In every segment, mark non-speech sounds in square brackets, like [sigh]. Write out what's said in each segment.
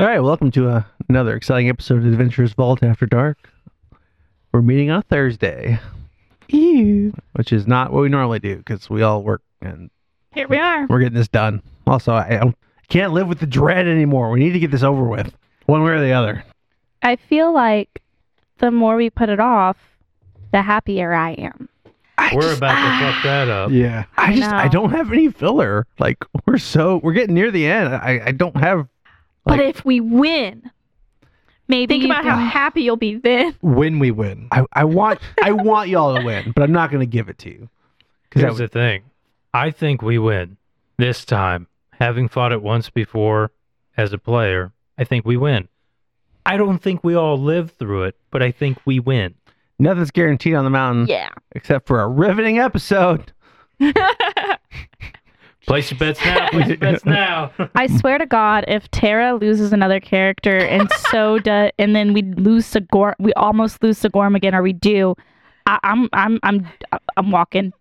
All right, welcome to uh, another exciting episode of Adventures Vault After Dark. We're meeting on a Thursday, Ew. which is not what we normally do because we all work and Here we are. we're getting this done. Also, I don't, can't live with the dread anymore. We need to get this over with, one way or the other. I feel like the more we put it off, the happier I am. I We're just- about to fuck that up. yeah. I just I No. don't have any filler. Like we're so we're getting near the end. I I don't have But Like- if we win, Maybe think about how happy you'll be then. when we win. I I want I want y'all to win, but I'm not gonna give it to you. Because Here's the thing. I think we win this time. Having fought it once before as a player, I think we win. I don't think we all live through it, but I think we win. nothing's guaranteed on the mountain Yeah. except for a riveting episode. Place your bets now. Place your bets now. [laughs] I swear to God, if Tara loses another character [laughs] and so does, and then we lose Sigor, we almost lose Sigorm again, or we do. I, I'm, I'm, I'm, I'm walking.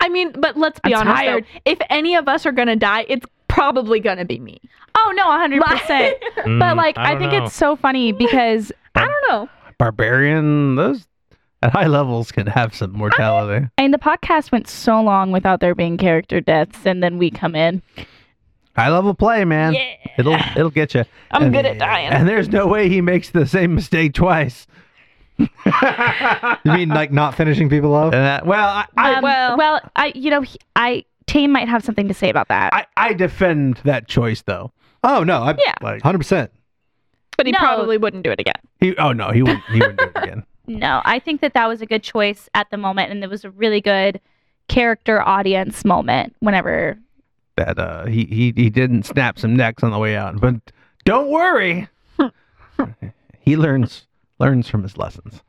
I mean, but let's be I'm honest. tired. though. If any of us are gonna die, it's probably gonna be me. Oh no, 100. percent Like- Mm, But like, I, think it's so funny because [laughs] I don't know. barbarian those at high levels can have some mortality I mean, the podcast went so long without there being character deaths, and then we come in. high level play man Yeah. [sighs] it'll it'll get you I'm good at dying. and there's no way he makes the same mistake twice You [laughs] mean like not finishing people off? and that, well I, I, Um, well- well, I, you know, he, I, Tame might have something to say about that. I i defend that choice though Oh no, I Yeah. like 100%. But he No. probably wouldn't do it again. he oh no he wouldn't he wouldn't do it [laughs] again No, I think that that was a good choice at the moment, and it was a really good character audience moment. Whenever that uh he he, he didn't snap some necks on the way out but don't [laughs] worry he learns learns from his lessons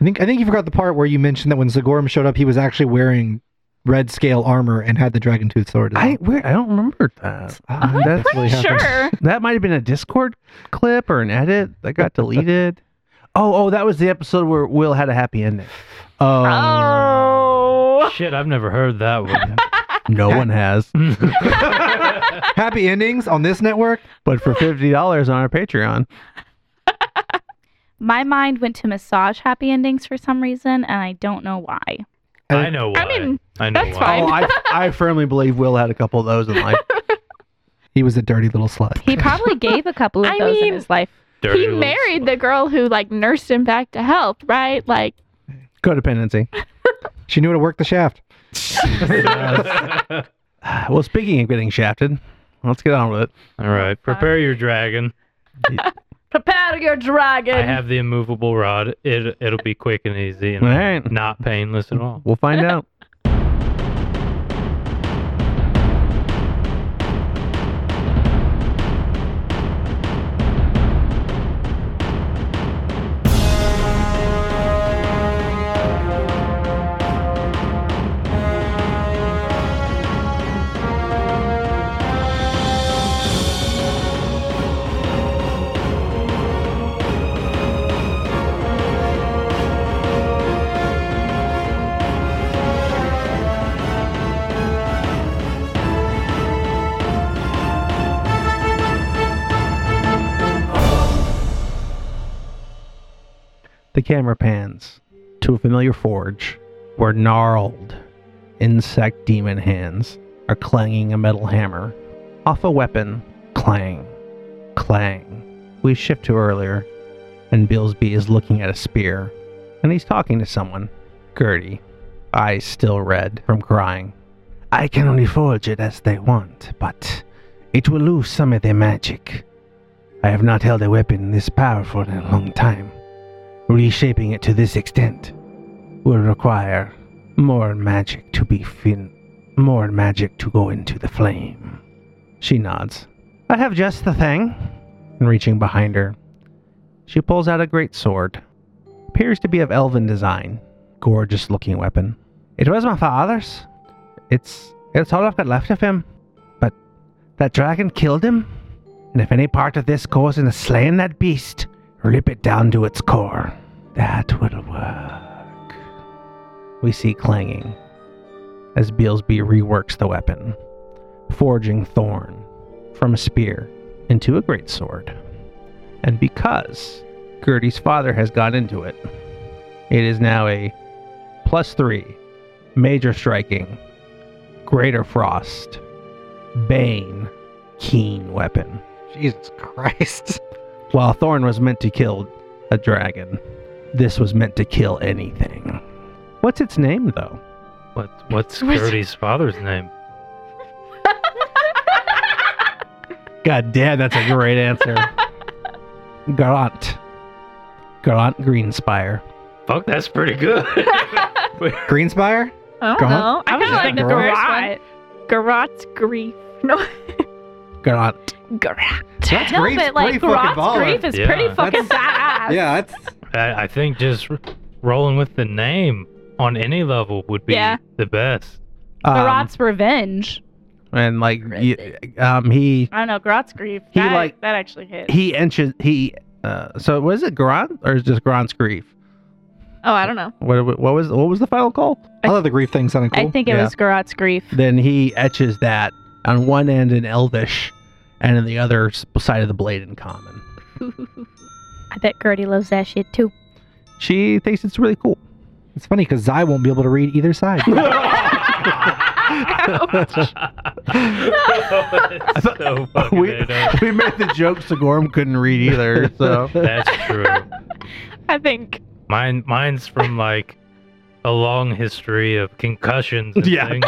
I think I think you forgot the part where you mentioned that when Zagorum showed up, he was actually wearing red scale armor and had the dragon tooth sword. Oh, as i well. where i don't remember that Uh, I'm that's- pretty Sure. That might have been a Discord clip or an edit that got deleted. [laughs] Oh, oh, that was the episode where Will had a happy ending. Oh. Oh. Shit, I've never heard that one. [laughs] No one has. Happy endings on this network? [laughs] But for fifty dollars on our Patreon, my mind went to massage happy endings for some reason, and I don't know why. I know why. I mean, I know that's why. oh, [laughs] I, I firmly believe Will had a couple of those in life. He was a dirty little [laughs] slut. He probably gave a couple of I those in mean- his life. [laughs] Dirty he little [laughs] married slut. the girl who like nursed him back to health, right? Like [laughs] Codependency. She knew how to work the shaft. [sighs] Well, speaking of getting shafted, let's get on with it. All right, prepare your dragon. prepare your dragon. I have the immovable rod. It it'll be quick and easy and All right. not painless at all. We'll [laughs] find out. The camera pans to a familiar forge where gnarled insect demon hands are clanging a metal hammer off a weapon. Clang, clang. We shift to earlier, and Billsby is looking at a spear, and he's talking to someone. Gertie, eyes still red from crying. I can only forge it as they want, but it will lose some of their magic. I have not held a weapon this powerful in a long time reshaping it to this extent will require more magic to be fin more magic to go into the flame. She nods. I have just the thing. And reaching behind her, she pulls out a great sword. Appears to be of elven design. Gorgeous looking weapon. It was my father's. It's it's all I've got left of him. But that dragon killed him. And if any part of this goes into slaying that beast, rip it down to its core. That will work. We see clanging as Beelsby reworks the weapon, forging thorn from a spear into a greatsword. and because Gertie's father has got into it, it is now a plus three, major striking, greater frost, bane, keen weapon. Jesus Christ. While Thorn was meant to kill a dragon, this was meant to kill anything. What's its name, though? What what's What's- Gertie's father's name? God damn, that's a great answer. [laughs] Garant. Garant Greenspire. Fuck, that's pretty good. [laughs] Greenspire? I Go don't on. know. I I was kind of just like the thinking first one. garage. Garot's grief. No, Garant. Garot. [laughs] That's no, great- but like pretty fucking Garot's baller. grief is Yeah. pretty fucking badass. [laughs] Yeah, that's I, I think just r- rolling with the name on any level would be Yeah. the best. Um, Garot's revenge. and like y- Horrific. um he I don't know. Garot's grief. He, That, like- that actually hit. he inches he uh so was it Garant or is it just Garant's grief? Oh, I don't know. [laughs] What what was what was the final call? I thought the grief thing sounded cool. I think it Yeah. was Garot's grief. Then he etches that on one end in Elvish and in the other s- side of the blade in common. I bet Gertie loves that shit [laughs] too. She thinks it's really cool. it's funny because Zai won't be able to read either [laughs] side. That's [laughs] so fucking we, idiot. [laughs] we made the joke Sigorm couldn't read either, so That's true. I think. Mine, mine's from like a long history of concussions. And Yeah, things.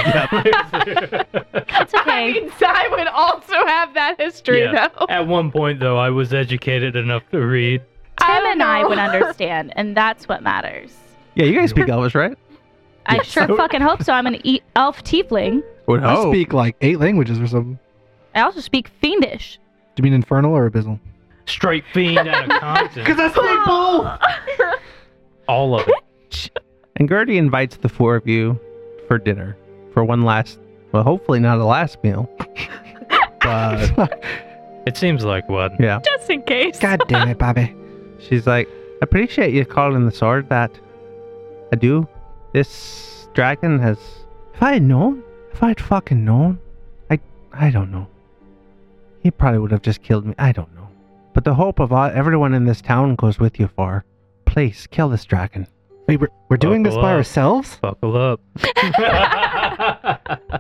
That's I okay. mean, Zy would also have that history, Yeah. though. [laughs] At one point, though, I was educated enough to read. I Tim don't and I [laughs] know. would understand, and that's what matters. yeah, you guys speak Elvish, right? I sure fucking hope so. I'm an e- elf tiefling. Would I speak like eight languages or something. I also speak fiendish. Do you mean infernal or abysmal? Straight fiend [laughs] out of Compton. I speak [laughs] both. All of it. And Gertie invites the four of you for dinner for one last, well, hopefully not a last meal. but It seems like one. yeah, [laughs] Just in case. God damn it, Bobby. she's like, I appreciate you calling the sword that. I do. This dragon has. If I had known, if I had fucking known, I, I don't know. He probably would have just killed me. I don't know. But the hope of all, everyone in this town goes with you far. Please kill this dragon. Wait, we're, we're doing this by Buckle up. ourselves? Buckle up.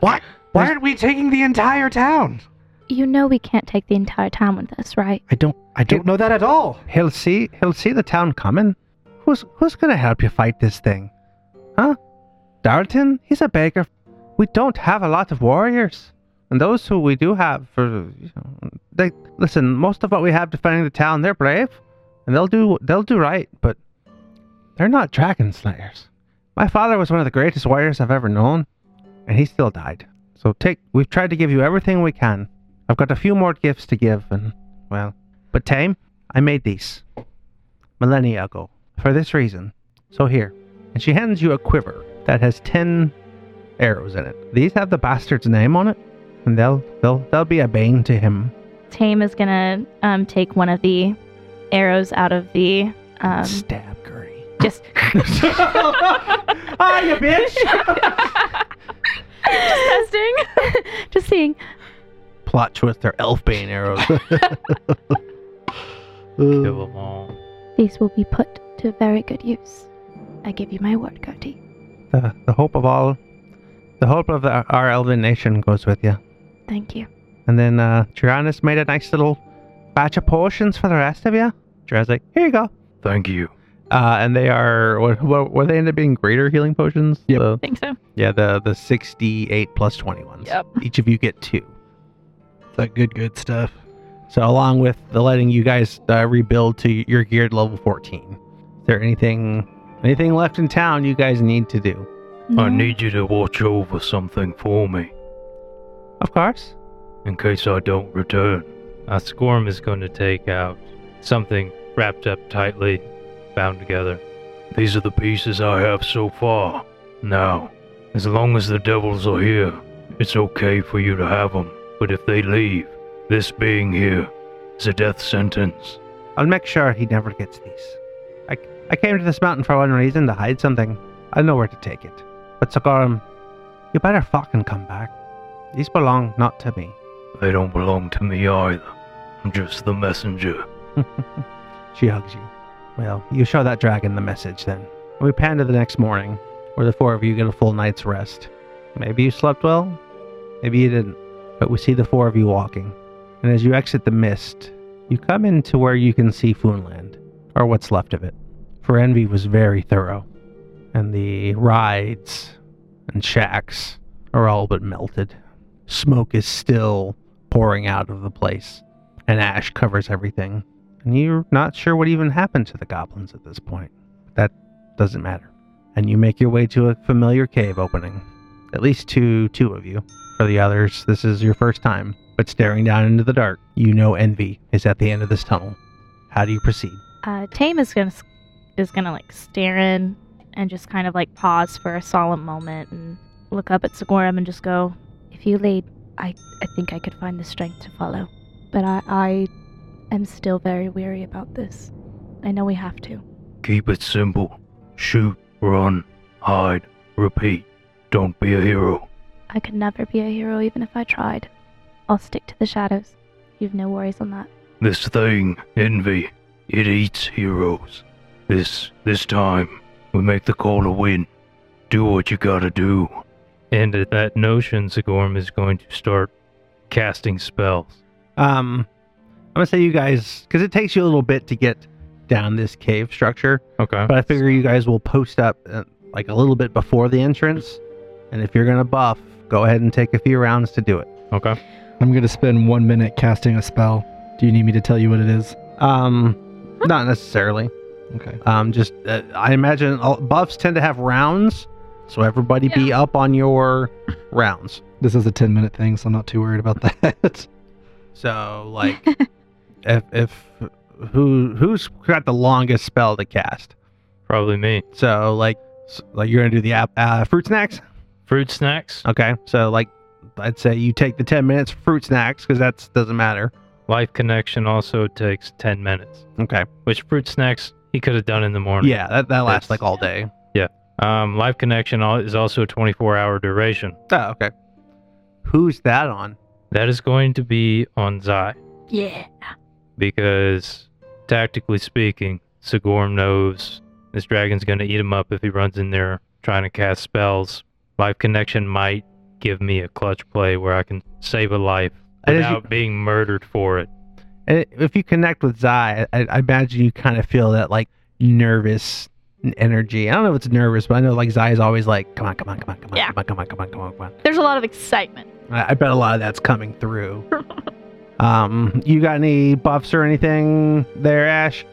What? Why aren't we taking the entire town? You know we can't take the entire time with us, right? I don't. I don't know that at all. He'll see. He'll see the town coming. Who's who's gonna help you fight this thing, huh? Darlton, he's a beggar. We don't have a lot of warriors, and those who we do have, for you know, they listen. Most of what we have defending the town, they're brave, and they'll do they'll do right. But they're not dragon slayers. My father was one of the greatest warriors I've ever known, and he still died. So take. We've tried to give you everything we can. I've got a few more gifts to give, and well, but time. I made these millennia ago for this reason. So here. And she hands you a quiver that has 10 arrows in it. These have the bastard's name on it, and they'll they'll they'll be a bane to him. Tame is gonna um, take one of the arrows out of the. [laughs] Um, Stab Gertie. [laughs] just Ah, you bitch. just testing, [laughs] just seeing. Plot twist, they're elf bane arrows. Uh, Kill 'em all. These will be put to very good use. I give you my word, Gertie. [laughs] the, the hope of all the hope of the, our elven nation goes with you. Thank you. And then uh Tyrannus made a nice little batch of potions for the rest of you. Tyrannus like, here you go. Thank you. Uh, and they are what, what what they end up being greater healing potions. Yep. The- think so. yeah, the the sixty eight plus twenty ones. Yep. Each of you get two. that good, good stuff. So along with the letting you guys uh, rebuild to your geared level fourteen. Is there anything anything left in town you guys need to do? I need you to watch over something for me Of course. in case I don't return. Uh, Scorm is going to take out something wrapped up tightly, bound together. These are the pieces I have so far. Now, as long as the devils are here, it's okay for you to have them. But if they leave, this being here is a death sentence. I'll make sure he never gets these. I, I came to this mountain for one reason to hide something. I know where to take it. But Sagorum, you better fucking come back. These belong not to me. They don't belong to me either. I'm just the messenger. she hugs you. Well, you show that dragon the message then. We pan to the next morning, where the four of you get a full night's rest. Maybe you slept well, maybe you didn't, but we see the four of you walking. And as you exit the mist, you come into where you can see Foonland, or what's left of it. For Envy was very thorough, and the rides and shacks are all but melted. Smoke is still pouring out of the place, and ash covers everything. And you're not sure what even happened to the goblins at this point. That doesn't matter. And you make your way to a familiar cave opening, at least to two of you. For the others, this is your first time, but staring down into the dark, you know envy is at the end of this tunnel. How do you proceed? Uh, Tame is gonna s- is gonna like stare in and just kind of like pause for a solemn moment and look up at Sigorum and just go, If you lead, I, I think I could find the strength to follow. But I, I am still very weary about this. I know we have to. Keep it simple. Shoot, run, hide, repeat. Don't be a hero. I could never be a hero even if I tried. I'll stick to the shadows. You've no worries on that. This thing, envy, it eats heroes. This this time, we make the call to win. Do what you gotta do. And at that notion, Sigorm is going to start casting spells. Um, I'm gonna say you guys, because it takes you a little bit to get down this cave structure, Okay. but I figure you guys will post up uh, like a little bit before the entrance, and if you're gonna buff, go ahead and take a few rounds to do it. Okay. I'm going to spend one minute casting a spell. Do you need me to tell you what it is? Um, not necessarily. Okay. Um, just uh, I imagine all, buffs tend to have rounds, so everybody be up on your rounds. This is a 10 minute thing, so I'm not too worried about [laughs] that. So like, if if who who's got the longest spell to cast? Probably me. So like s- like you're gonna do the app uh, fruit snacks. Fruit snacks, Okay, so like I'd say you take the ten minutes for fruit snacks because that doesn't matter. life connection also takes 10 minutes, Okay. which fruit snacks he could have done in the morning. Yeah, that, that lasts like all day. Um, life connection al- is also a 24 hour duration. Oh, okay. Who's that on? That is going to be on Zai. Yeah. because tactically speaking, Sigorm knows this dragon's going to eat him up if he runs in there trying to cast spells. Life connection might give me a clutch play where I can save a life And as you- without being murdered for it. And i- if you connect with Zai, I, I imagine you kind of feel that like nervous n- energy. I don't know if it's nervous, but I know like Zai is always like, come on, come on, come on, come on, Yeah. come on, come on, come on, come on, come on. There's a lot of excitement. I, I bet a lot of that's coming through. um, you got any buffs or anything there, Ash?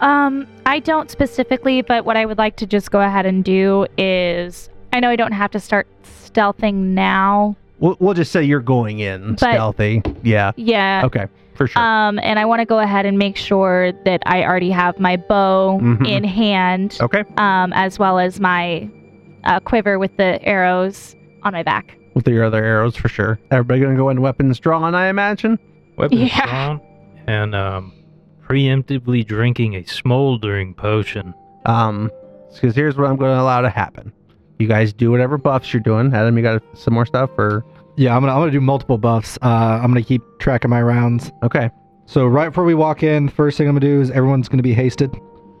Um, I don't specifically, but what I would like to just go ahead and do is I know I don't have to start stealthing now. We'll, we'll just say you're going in But- Uh, stealthy. Yeah. Yeah. Okay. For sure. Um, and I want to go ahead and make sure that I already have my bow Mhm. in hand, okay. um, as well as my uh, quiver with the arrows on my back. With your other arrows, for sure. Everybody gonna go in weapons drawn, I imagine. Weapons Yeah. drawn and um, preemptively drinking a smoldering potion. Um, because here's what I'm gonna allow to happen. You guys do whatever buffs you're doing. Adam, you got some more stuff or yeah, I'm going to I'm gonna do multiple buffs. Uh, I'm going to keep track of my rounds. okay. So right before we walk in, first thing I'm gonna do is everyone's gonna be hasted,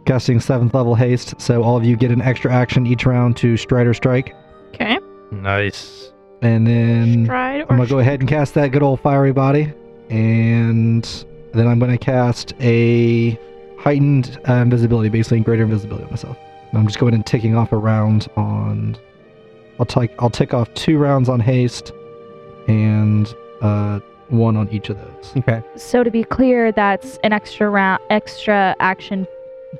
casting seventh level haste. So all of you get an extra action each round to stride or strike, Okay. Nice. and then Stride or I'm gonna go ahead and cast that good old fiery body, and then I'm gonna cast a heightened uh, invisibility, basically greater invisibility on myself. And I'm just going and ticking off a round on. I'll take I'll tick off two rounds on haste, and uh, one on each of those. Okay. So to be clear, that's an extra round, extra action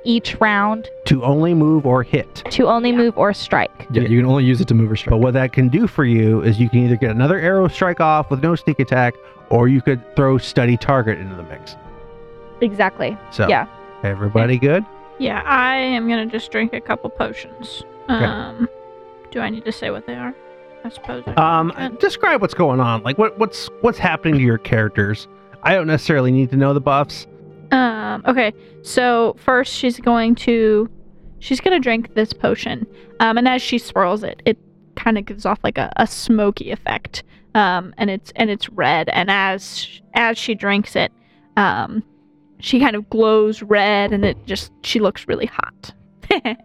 each round To only move or hit. to only move or strike. Yeah, you can only use it to move or strike. But what that can do for you is you can either get another arrow strike off with no sneak attack, or you could throw study target into the mix. Exactly. So Yeah. everybody good? Yeah, I am gonna just drink a couple potions. Um, do I need to say what they are? I suppose. I Um, describe what's going on. Like what what's what's happening to your characters. I don't necessarily need to know the buffs. Um, okay, so first she's going to she's gonna drink this potion. Um, and as she swirls it, it kind of gives off like a, a smoky effect. Um, and it's and it's red. And as sh- as she drinks it, um, she kind of glows red and it just she looks really hot.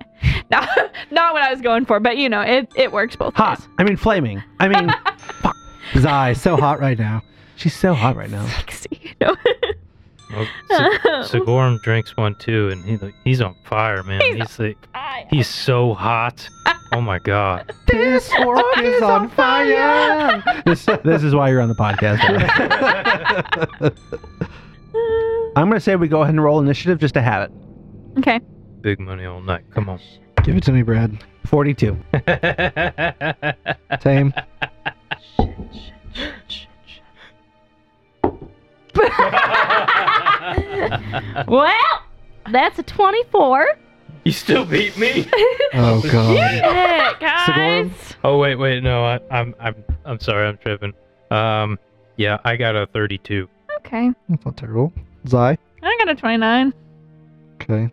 [laughs] not, not what I was going for, but you know, it, it works both Hot. ways. [laughs] I mean, flaming. I mean, Zai, so hot right now. she's so hot right now. Sexy. No. Well, Sig- Sigorm drinks one too, and he, he's on fire, man. He's, like, I- he's so hot. Oh my god. [laughs] [laughs] This orc is on fire. This, this is why you're on the podcast. [laughs] I'm gonna say we go ahead and roll initiative just to have it. okay. Big money all night. Come on. [laughs] Give it to me, Brad. 42. [laughs] Tame. Well, that's a 24. you still beat me. Oh god. Yeah, guys. Sigourn? Oh wait, wait, no, I, I'm, I'm, I'm sorry, I'm tripping. Um, yeah, I got a 32. Okay. That's not terrible. Zai. I got a 29. Okay.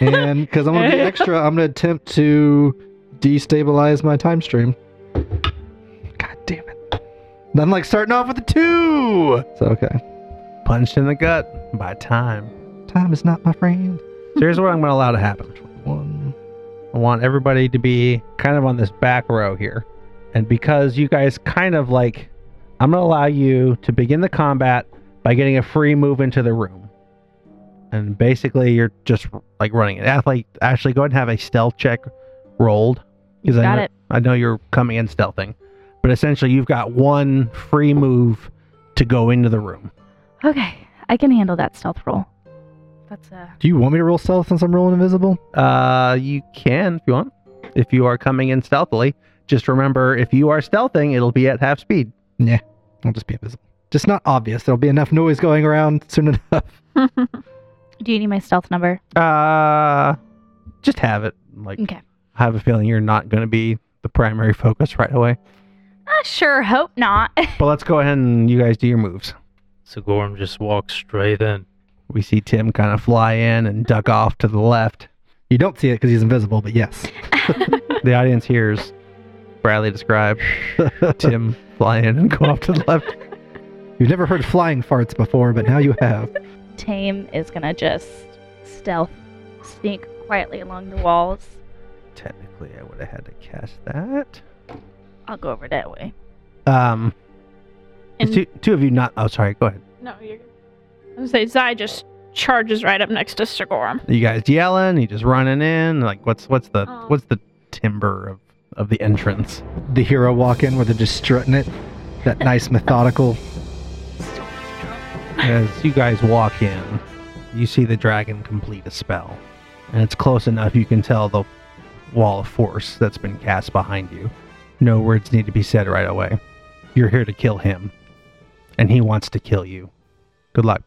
And because I'm gonna be extra, I'm gonna attempt to destabilize my time stream. God damn it. I'm like starting off with a two. So okay. Punched in the gut by time. Time is not my friend. So here's what I'm gonna allow to happen. One. I want everybody to be kind of on this back row here. And because you guys kind of like, I'm going to allow you to begin the combat by getting a free move into the room. And basically, you're just like running it. Athlete, Ashley, go ahead and have a stealth check rolled. Because I Got know, it. I know you're coming in stealthing. But essentially, you've got one free move to go into the room. Okay, I can handle that stealth roll. That's uh, a. Do you want me to roll stealth since I'm rolling invisible? Uh, you can if you want. If you are coming in stealthily, just remember if you are stealthing, it'll be at half speed. I'll just be invisible. Just not obvious. There'll be enough noise going around soon [laughs] enough. Do you need my stealth number? Uh, just have it. Like, Okay. I have a feeling you're not going to be the primary [laughs] focus right away. I sure hope not. But let's go ahead and you guys do your moves. Sigorm just walks straight in. We see Tim kind of fly in and duck off to the left. You don't see it because he's invisible, but yes. The audience hears Bradley describe Tim fly in and go off to the left. You've never heard flying farts before, but now you have. Tame is gonna just stealth, sneak quietly along the walls. Technically, I would have had to cast that. I'll go over that way. Um, the And- two, two of you not. Oh, sorry. Go ahead. No, you're good. I was gonna say Zai just charges right up next to Sigorum. Are you guys yelling? You just running in? Like, what's what's the Um. what's the timber of of the entrance? The hero walk in where they're just strutting it. That nice methodical. As you guys walk in, you see the dragon complete a spell. And it's close enough you can tell the wall of force that's been cast behind you. No words need to be said right away. You're here to kill him. And he wants to kill you. Good luck.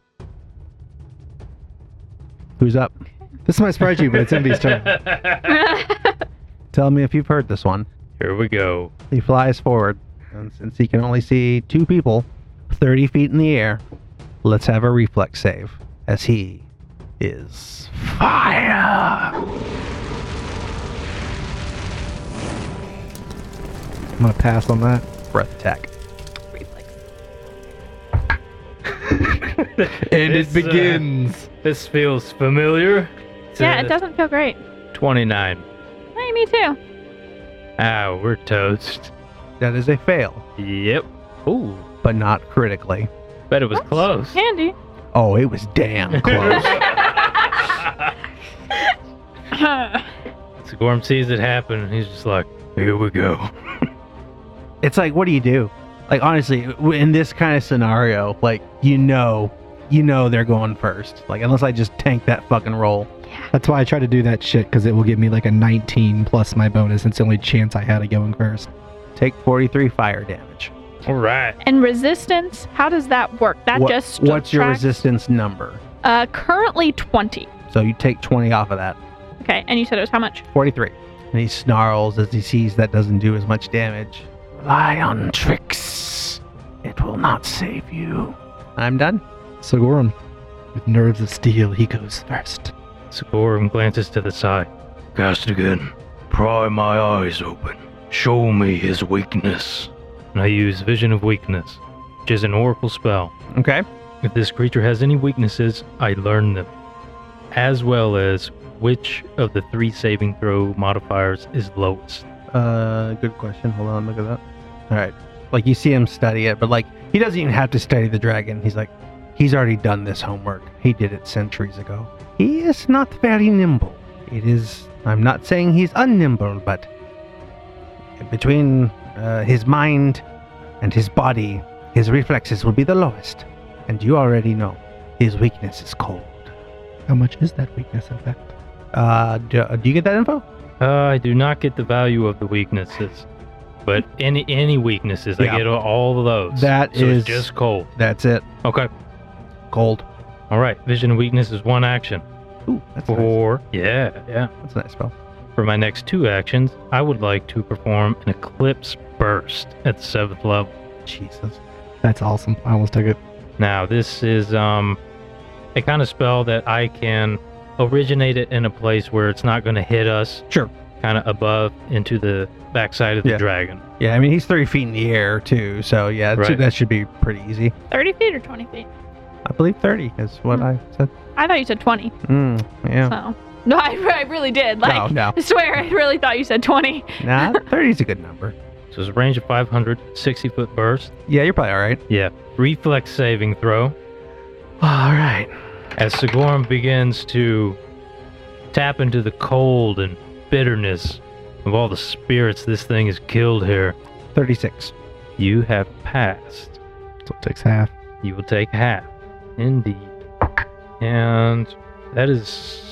Who's up? This might surprise you, but it's Envy's turn. Tell me if you've heard this one. Here we go. He flies forward, and since he can only see two people 30 feet in the air, let's have a reflex save as he is fire. I'm gonna pass on that. Breath attack. And it It's, uh, begins. This feels familiar. It's Yeah, a it doesn't feel great. 29. Hey, me too. Ah, we're toast. That is a fail, Yep. Ooh, but not critically. bet it was close. Candy. [laughs] Oh, it was [laughs] damn close. Sigorm sees it happen, and he's just like, "Here we go." it's like, what do you do? Like, honestly, w- in this kind of scenario, like, you know, you know they're going first. Like, unless I just tank that fucking roll. That's why I try to do that shit because it will give me like a 19 plus my bonus. It's the only chance I had of going first. Take 43 fire damage. All right. and resistance, how does that work? That What- just What's your subtracts- resistance number? Uh, currently 20. So you take 20 off of that. Okay, and you said it was how much? 43. And he snarls as he sees that doesn't do as much damage. Rely on tricks. It will not save you. I'm done. So Gorum, with nerves of steel, he goes first. Sigorm glances to the side. Cast again. Pry my eyes open. Show me his weakness. And I use Vision of Weakness, which is an oracle spell. Okay. If this creature has any weaknesses, I learn them, as well as which of the three saving throw modifiers is lowest. Uh, good question. Hold on, look at that. All right, like you see him study it, but like he doesn't even have to study the dragon. He's like, he's already done this homework. He did it centuries ago. He is not very nimble. It is. I'm not saying he's unnimble, but between uh, his mind and his body, his reflexes will be the lowest. And you already know his weakness is cold. How much is that weakness, in fact? Uh, do, do you get that info? Uh, I do not get the value of the weaknesses, but any any weaknesses, Yeah. I get all of those. That so is- it's just cold. That's it. Okay. Cold. All right. Vision of weakness is one action. Ooh, that's nice. For yeah, yeah. That's a nice spell. For my next two actions, I would like to perform an eclipse burst at the seventh level. Jesus. That's awesome. I almost took it. Now, this is um, a kind of spell that I can originate it in a place where it's not going to hit us. Sure. Kind of above into the backside of the Yeah. dragon. Yeah, I mean he's thirty feet in the air too, so yeah, that should- Right. that should be pretty easy. 30 feet or 20 feet? I believe thirty is Hmm. what I said. I thought you said 20. Mm, yeah. So. No, [laughs] I, I really did. Like, no, no, [laughs] I swear, I really thought you said 20. nah, thirty is a good number. So it's a range of 500, 60 foot burst, Yeah, you're probably all right. reflex saving throw. All right. As Sigorm begins to tap into the cold and bitterness of all the spirits this thing has killed here, Thirty-six. you have passed. So it takes half. You will take half. Indeed. And that is.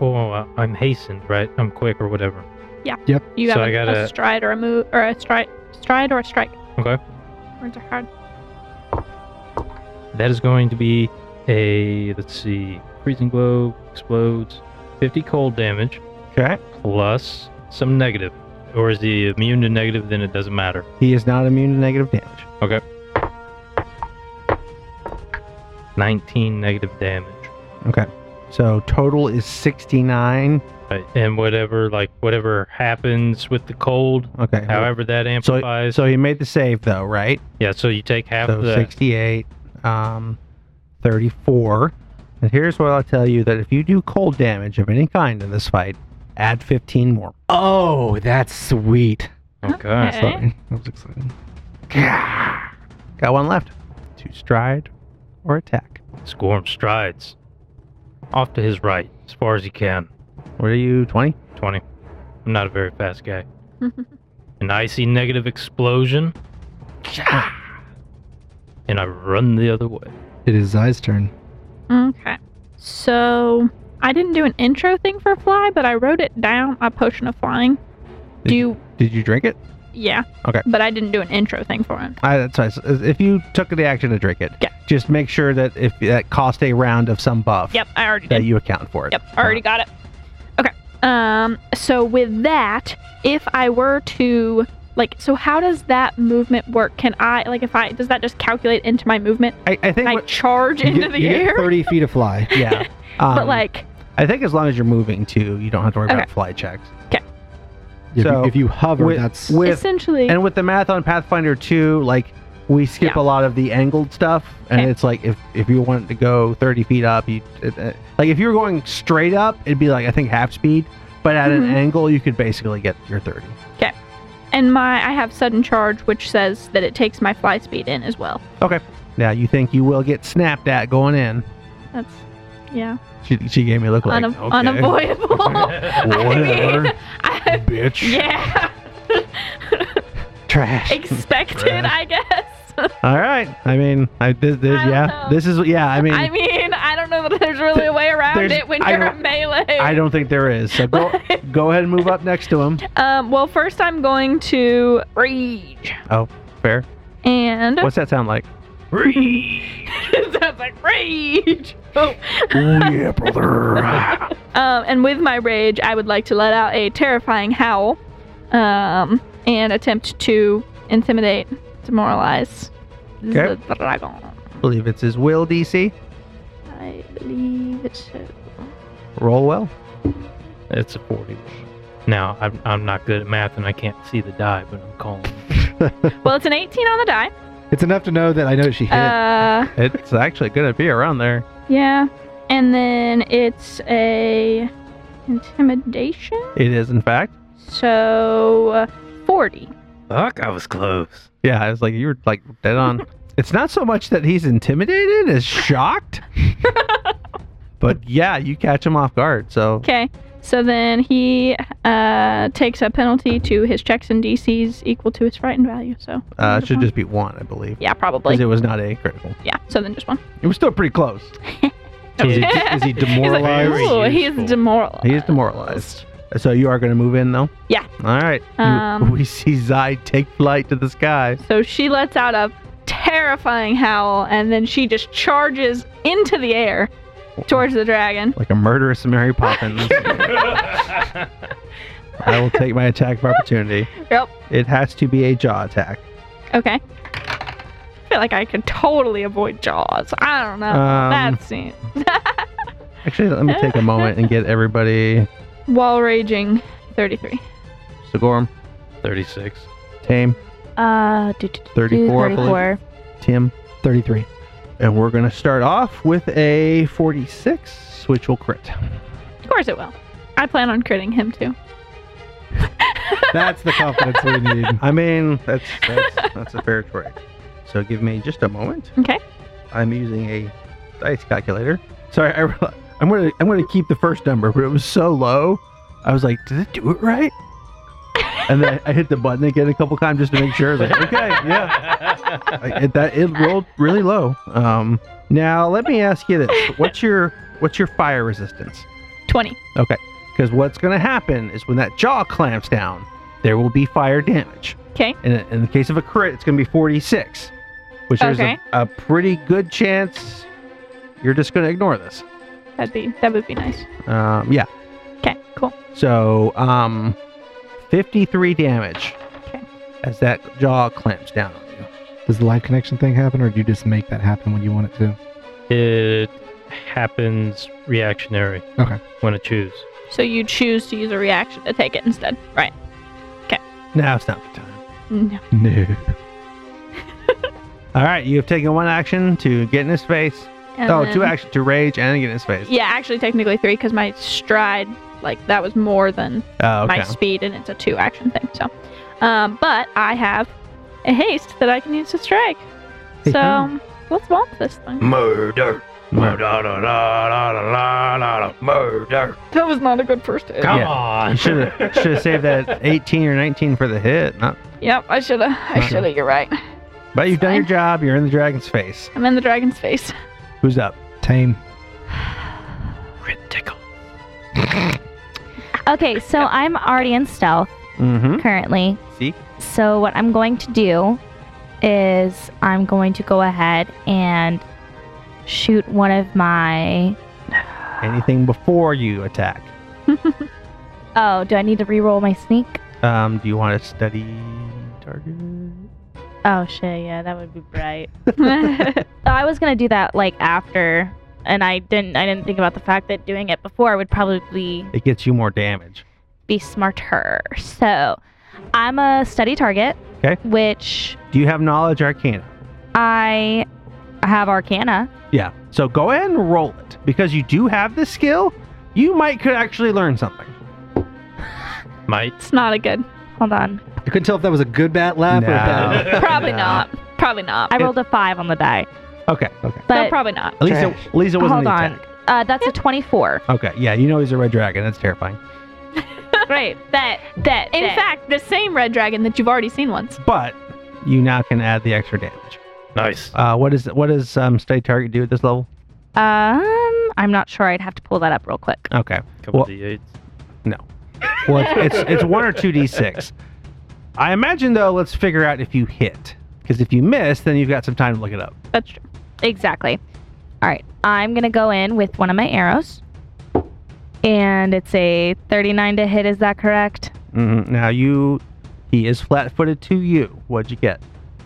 Oh, I- I'm hastened, right? I'm quick or whatever. You So have I a, gotta- a stride or a move, or a stride, stride or a strike. Okay. Words are hard. That is going to be a. Let's see. Freezing glow explodes. 50 cold damage Okay. plus some negative. Or is he immune to negative? Then it doesn't matter. He is not immune to negative damage. 19 negative damage. So total is sixty-nine. Right, And whatever, like whatever happens with the cold, Okay. however that amplifies. So he made the save though, right? yeah, so you take half So of that. 68, um, 34. And here's what I'll tell you that if you do cold damage of any kind in this fight, add 15 more. Oh, that's sweet. Okay. Okay. Sorry, that was exciting. Got one left. Two stride or attack. Scorm strides off to his right as far as he can. What are you, 20? 20. I'm not a very fast guy. Mm-hmm. An icy negative explosion. And I run the other way. It is [laughs] Zai's turn. okay. So I didn't do an intro thing for fly, but I wrote it down. A potion of flying. Do you? Did you drink it? Yeah. Okay. But I didn't do an intro thing for him. I, that's what I s- if you took the action to drink it, Yeah. just make sure that if that cost a round of some buff, Yep, I already that did. you account for it. Yep, I already got it. Okay. Um. So with that, if I were to like, so how does that movement work? Can I like if I does that just calculate into my movement? I, I think. Can I what- charge You into get- the you get air, 30 feet of fly. yeah. [laughs] but Um, like, I think as long as you're moving too, you don't have to worry about Okay. fly checks. If, So, you, if you hover, with- that's With essentially. And with the math on Pathfinder 2, like we skip Yeah. a lot of the angled stuff, and Okay. it's like if if you want to go 30 feet up, you it, uh, like if you were going straight up, it'd be like I think half speed, but at Mhm. an angle, you could basically get your 30. And my I have sudden charge, which says that it takes my fly speed in as well. Now you think you will get snapped at going in? That's yeah, She, she gave me a look like unav- okay. unavoidable. [laughs] [laughs] I mean, [laughs] Whatever, I, bitch. yeah, [laughs] trash. expected, I guess. [laughs] All right. I mean, I, this, this, I don't yeah, know. this is yeah. I mean, I mean, I don't know that there's really a way around There's- it when I you're a don't- melee. I don't think there is. So go [laughs] go ahead and move up next to him. Um, well, first I'm going to rage, Fair. and [laughs] What's that sound like? sounds like rage. [laughs] Oh. oh yeah, brother. Um, and with my rage, I would like to let out a terrifying howl um, and attempt to intimidate, demoralize Okay. the dragon. [laughs] believe it's his will DC. I believe it's. Roll well. It's a 40. Now, I'm, I'm not good at math and I can't see the die, but I'm calling. Well, it's an 18 on the die. It's enough to know that I know she hit it. Uh, It's actually going to be around there. yeah. And then it's a intimidation. It is, in fact. So uh, 40. Fuck, I was close. Yeah, I was like, you were like dead [laughs] on. it's not so much that he's intimidated as [laughs] shocked. but yeah, you catch him off guard. So Okay. So then he uh, takes a penalty to his checks and DCs equal to his frightened value. So uh, it should just be one, I believe. Mm-hmm. [laughs] yeah, Because probably it was not a critical. yeah. So [laughs] then just one. It was still pretty close. [laughs] So is, he, is [laughs] He's he like, demoralized? Very Ooh, he's useful. demoralized. He is demoralized. So you are going to move in, though? Yeah. All right. You- Um, [laughs] we see Zai take flight to the sky. So she lets out a terrifying howl and then she just charges into the air towards the dragon. Like a murderous Mary [laughs] Poppins. I will take my attack of opportunity. Yep. It has to be a jaw attack. Okay. I feel like I could totally avoid Jaws. I don't know. Um, That's it. Actually, let me take a moment and get everybody. While raging, 33. Sigorm, 36. Tame, Uh, do, do, do, 34, I believe. 34. Tim, 33. and we're going to start off with a 46, which will crit. Of course it will. I plan on critting him too. That's the confidence we need. I mean, that's that's, that's a fair trade. So give me just a moment. Okay. I'm using a dice calculator. Sorry, I, reali- I'm gonna I'm gonna keep the first number, but it was so low. I was like, did it do it right? And then I hit the button again a couple times just to make sure. I was like, okay, yeah. I, it, that it rolled really low. Um, now let me ask you this: what's your what's your fire resistance? 20. Because what's going to happen is when that jaw clamps down, there will be fire damage. 'Kay. In, in the case of a crit, it's going to be 46, which is Okay. a, a pretty good chance you're just going to ignore this. That'd be that would be nice. Um, yeah. Okay, cool. So, um, 53 damage 'Kay. as that jaw clamps down on you. Does the live connection thing happen, or do you just make that happen when you want it to? [laughs] It happens reactionary. Okay. When I choose. So you choose to use a reaction to take it instead. Right. Now it's not the time. Mm. No. No. All right, you have taken one action to get in his face. And oh, then- two action to rage and get in his face. Yeah, actually technically 3 cuz my stride like that was more than Oh, okay. my speed and it's a two action thing. So, um, but I have a haste that I can use to strike. So let's want this thing. Murder. Murder. Murder. That was not a good first hit. Come Yeah. on. You should have should have saved that 18 or 19 for the hit. Not, Yep, I should have. I Okay. should have. You're right. but you've done your job. You're in the dragon's face. I'm in the dragon's face. Who's up? Tame. Critical. Okay, so I'm already in stealth Mm-hmm. currently. See? So what I'm going to do is I'm going to go ahead and shoot one of my. Anything before you attack. Oh, do I need to re-roll my sneak? Um, do you want to study target? Oh shit, yeah, that would be bright. [laughs] yeah, I was gonna do that like after, and I didn't. I didn't think about the fact that doing it before would probably It gets you more damage. be smarter. [laughs] So, I'm a study target. 'Kay. Which Do you have knowledge arcana? I have Arcana. Yeah. So go ahead and roll it because you do have this skill. You might could actually learn something. Might. it's not a good. Hold on, I couldn't tell if that was a good bat laugh or a bad. No. laugh. Probably No. not. Probably not. I rolled a five on the die, Okay. so but probably not. At least it, at least it wasn't hold the on. attack. Uh, that's a twenty-four. Okay. Yeah. You know he's a red dragon. That's terrifying. Great. That that. In that- fact, the same red dragon that you've already seen once. But you now can add the extra damage. Nice. Uh, what is what does um, study target do at this level? Um, I'm not sure. I'd have to pull that up real quick. Okay. Couple well- D8s. Well, it's, it's it's one or two d6. I imagine though, let's figure out if you hit, because if you miss, then you've got some time to look it up. That's true. Exactly. All right. I'm gonna go in with one of my arrows, and it's a thirty-nine to hit. Is that correct? Mhm. Now you, he is flat-footed to you. What'd you get?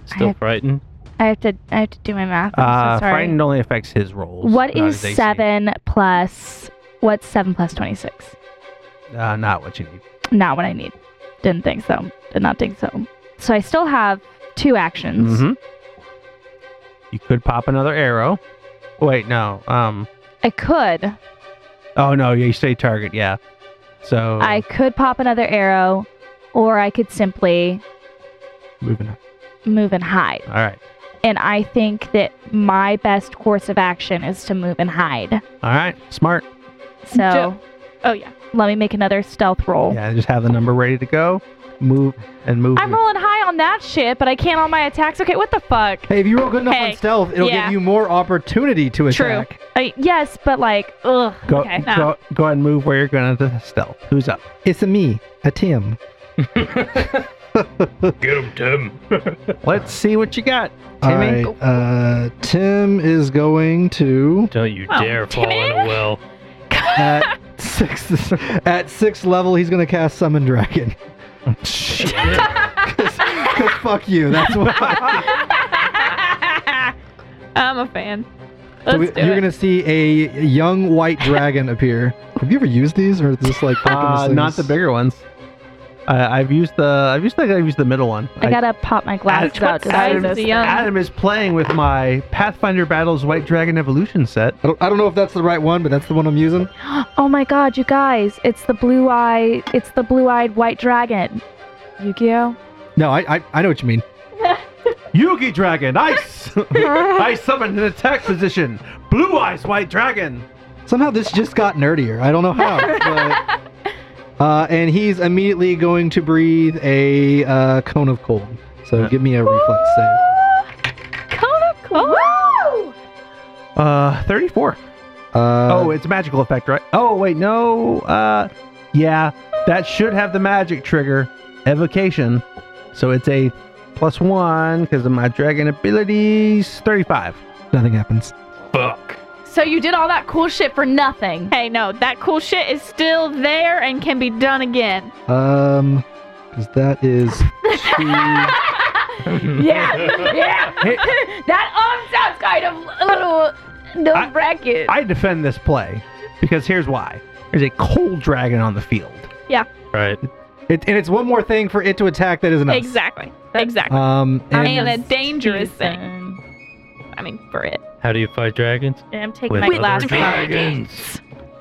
Still have- frightened. I have to. I have to do my math. I'm uh, so sorry. frightened only affects his rolls. What not is his AC. seven plus? What's seven plus twenty-six? Uh, not what you need. Not what I need. Didn't think so. Did not think so. So I still have two actions. hmm You could pop another arrow. Wait, no. Um. I could. Oh no, you say target. Yeah. So I could pop another arrow, or I could simply [laughs] Moving up. move and hide. all right, And I think that my best course of action is to move and hide. all right, smart. So [laughs] Oh yeah. let me make another stealth roll. Yeah, just have the number ready to go. Move and move. I'm your- rolling high on that shit, but I can't on my attacks. Okay, what the fuck? Hey, if you roll good enough Hey, on stealth, it'll yeah. give you more opportunity to True. attack. I, yes, but like, ugh. go, okay. nah. go, go ahead and move where you're going to stealth. Who's up? It's a me, a Tim. Get him, Tim. Let's see what you got. Timmy? All right, uh, Tim is going to [laughs] Don't you Oh, dare fall in a well. [laughs] at sixth at sixth level. He's going to cast Summon Dragon. [laughs] Cause fuck you. That's what. I'm a fan. Let's So we- do you're it. gonna see a young white dragon [laughs] appear. Have you ever used these, or is this like Uh, Optimus not the Slims? bigger ones. Uh, I've used the. I've used. I've used the middle one. I gotta pop my glasses out to see size this. is young? Adam is playing with my Pathfinder Battles White Dragon Evolution set. I don't, I don't know if that's the right one, but that's the one I'm using. Oh my god, you guys! It's the blue eye. It's the blue-eyed white dragon. Yu-Gi-Oh. No, I I, I know what you mean. Yugi Dragon, ice! [laughs] I summoned an attack position. Blue Eyes White Dragon. Somehow this just got nerdier. I don't [laughs] know how. but, uh, and he's immediately going to breathe a uh, cone of cold. So give me a reflex save. Uh, 34. Uh, oh, it's a magical effect, right? Oh, wait, no. Uh, yeah, that should have the magic trigger, evocation. So it's a plus one because of my dragon abilities. 35. nothing happens. Fuck. So you did all that cool shit for [laughs] nothing. Hey, no, that cool shit is still there and can be done again. Um, because that is [laughs] two. Yeah, yeah. Hey. [laughs] that um sounds kind of a little nerve wracking. I defend this play because here's why there's a cold dragon on the field. Right. It, and it's one more thing for it to attack that isn't us. Exactly. Exactly. Um, and and a dangerous thing. Ethan. I mean, for it. How do you fight dragons? Yeah, I'm taking With my other glasses. dragons.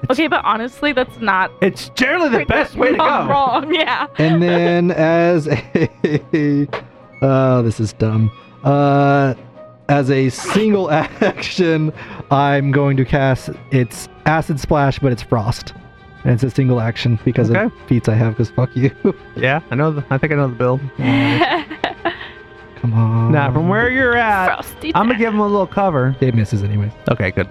Okay, but honestly, that's not It's generally the best way to I'm go. wrong. [laughs] Yeah. and then as a [laughs] oh this is dumb uh as a single [laughs] action i'm going to cast it's acid splash but it's frost and it's a single action because Okay. of feats i have because fuck you [laughs] Yeah, I know. The, I think I know the build. come on Now, from where you're at, Frosty. [laughs] I'm gonna give him a little cover. it misses anyways Okay, good.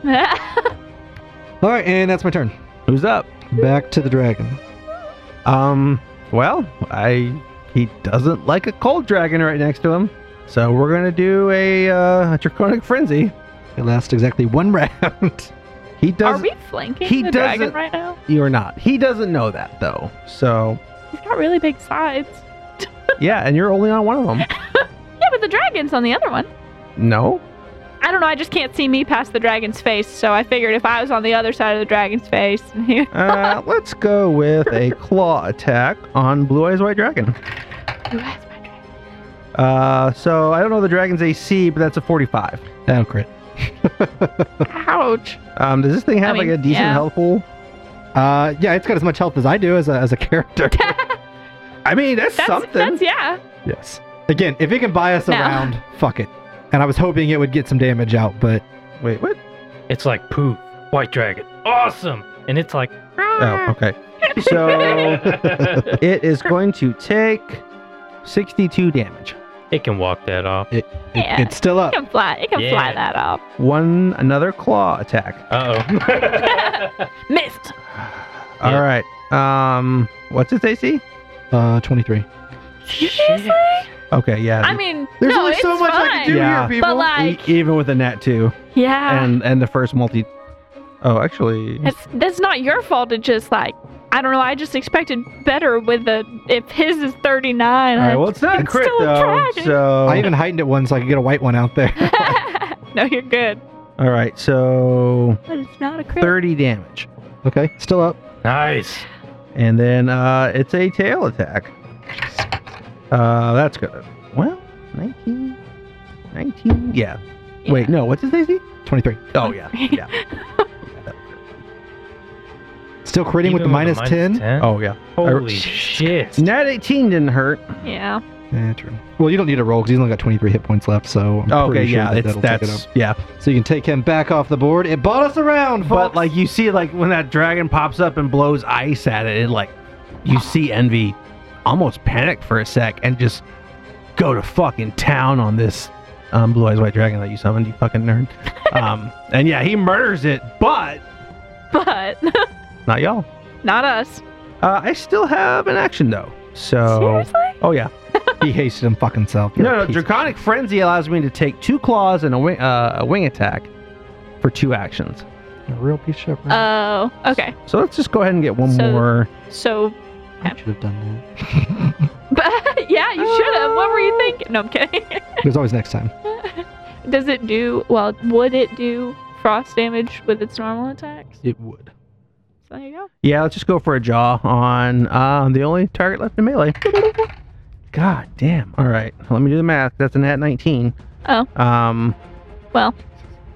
all right and that's my turn Who's up? back to the dragon Um, well, I he doesn't like a cold dragon right next to him, so we're gonna do a, uh, a draconic frenzy. it lasts exactly one [laughs] round He Are does. we flanking he the dragon doesn't- right now? You are not. He doesn't know that though. So He's got really big sides. yeah, and you're only on one [laughs] of them. Yeah, but the dragon's on the other one. No. I don't know. I just can't see me past the dragon's face, so I figured if I was on the other side of the dragon's face, [laughs] Uh, let's go with a claw attack on Blue Eyes White Dragon. Uh, so I don't know the dragon's AC, but that's a 45. that'll Oh, crit ouch. Um, does this thing have mean, like a decent yeah. health pool? uh yeah it's got as much health as i do as a, as a character I mean, that's, That's, something. that's yeah. Yes. Again, if it can buy us a No. round, fuck it. And I was hoping it would get some damage out, but Wait, what? It's like poof. White dragon. Awesome. And it's [laughs] like. Oh, okay. [laughs] So it is going to take 62 damage. it can walk that off. it- Yeah. it's still up. It can fly. It can Yeah. fly that up. One another claw attack. Uh [laughs] oh. Missed. All right. Um, what's its AC? Uh, 23. Okay, yeah. I mean, There's no, only it's so much fine. I can do Yeah. here, But people. E- like, even with a nat two yeah, and and the first multi. Oh, actually, it's, that's not your fault. It's just like I don't know. I just expected better with the if his is thirty nine. all right. Well, it's not a it's crit still a though. dragon. So I even heightened it one so I could get a white one out [laughs] there. [laughs] no, you're good. all right. So But it's not a crit. 30 damage, okay, still up. nice. and then uh, it's a tail attack. Uh, that's good. Well, 19, 19. Yeah, Wait, no. What's his AC? 23. Oh [laughs] yeah, yeah. Still critting with the Even minus, 10? 10? oh yeah. Holy shit. Nat 18 didn't hurt. Yeah. Yeah, true. Well, you don't need a roll because he's only got 23 hit points left, so I'm Okay, pretty sure yeah, that it's that'll take it that's up. yeah. So you can take him back off the board. It bought us around, But folks. like you see, like when that dragon pops up and blows ice at it, it like you see Envy almost panic for a sec and just go to fucking town on this um, blue eyes white dragon that you summoned, you fucking [laughs] nerd. Um, and yeah, he murders it, but But [laughs] not y'all. not us. Uh, I still have an action though. So, oh yeah, he hasted him fucking self. You're a no, no. piece of- Draconic Frenzy allows me to take two claws and a wing, uh, a wing attack for two actions. a real piece of shit. Oh, right? okay. So let's just go ahead and get one So- more. So, I should have done [laughs] but [laughs] yeah, you should have. What were you thinking? No, I'm kidding. [laughs] that. There's always next time. Does it do well? Would it do frost damage with its normal attacks? It would. So there you go. Yeah, let's just go for a jaw on uh, the only target left in melee. God damn. All right, let me do the math. That's an at 19. Oh. Um,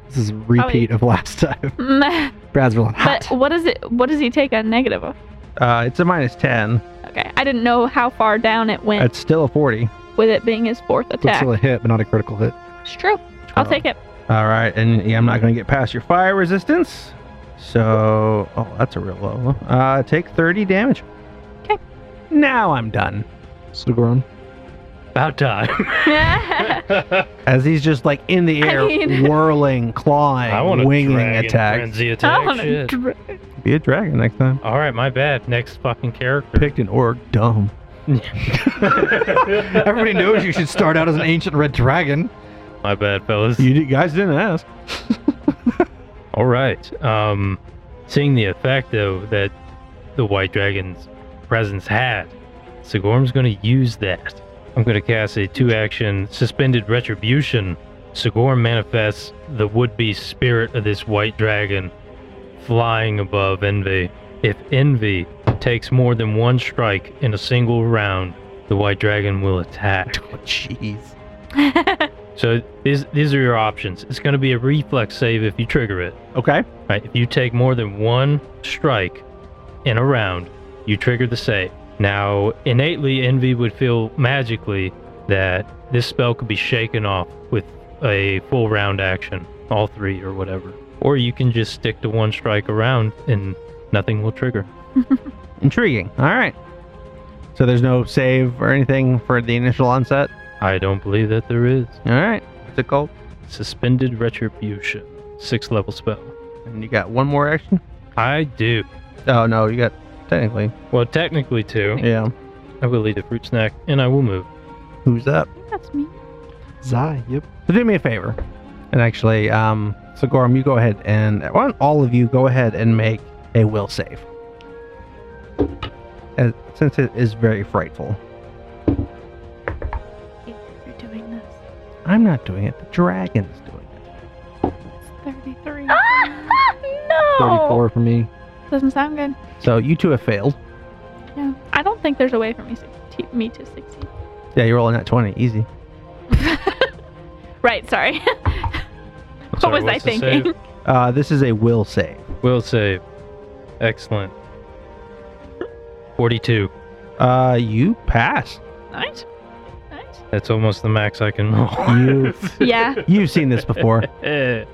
This is a repeat of last [laughs] time. Mm, Brad's rolling [laughs] Oh, but hot. what does it? What does he take on negative? of? uh, it's a minus 10. Okay, I didn't know how far down it went It's still a 40. with it being his fourth It's attack. still a hit, but not a critical hit. It's true. I'll take [laughs] it. All right, and yeah, I'm not going to get past your fire resistance. So, oh, that's a real low. Uh, take 30 damage. 'Kay. Now I'm done. Sigoron. About time. yeah. As he's just like in the I air, mean- whirling, clawing, I want a winging dragon attack. Frenzy I attack. wanna shit. dr- Be a dragon next time. All right, my bad. Next fucking character. Picked an orc, dumb. [laughs] Everybody knows you should start out as an ancient red dragon. my bad, fellas. You guys didn't ask. All right. Um, seeing the effect though that the white dragon's presence had, Sigorm's going to use that. I'm going to cast a two-action suspended retribution. Sigorm manifests the would-be spirit of this white dragon, flying above Envy. If Envy takes more than one strike in a single round, the white dragon will attack. Oh, Jeez. So these these are your options. It's going to be a reflex save if you trigger it. Okay. Right, if you take more than one strike in a round, you trigger the save. Now, innately, Envy would feel magically that this spell could be shaken off with a full round action, all three or whatever. Or you can just stick to one strike around and nothing will trigger. Intriguing. All right. So there's no save or anything for the initial onset. I don't believe that there is. All right. What's it called? Suspended Retribution, sixth level spell. And you got one more action? I do. Oh, no. You got technically. Well, technically, two. Yeah. I will eat a fruit snack and I will move. Who's up? That's me. Zai, yep. So do me a favor. And actually, um, so Gorm, you go ahead and why don't all of you go ahead and make a will save. As, since it is very frightful. You're doing this. I'm not doing it. The dragon's doing it. It's 33. Ah! no. 34 for me. Doesn't sound good. So you two have failed. Yeah. I don't think there's a way for me to, me to succeed. Yeah, you're rolling at 20. Easy. Right, sorry. [laughs] what Sorry, was I what's the save? thinking? Uh, this is a will save. Will save. Excellent. 42. Uh, you pass. Nice. [laughs] Nice. That's almost the max I [laughs] can roll. You- Yeah, You've seen this before. Eh.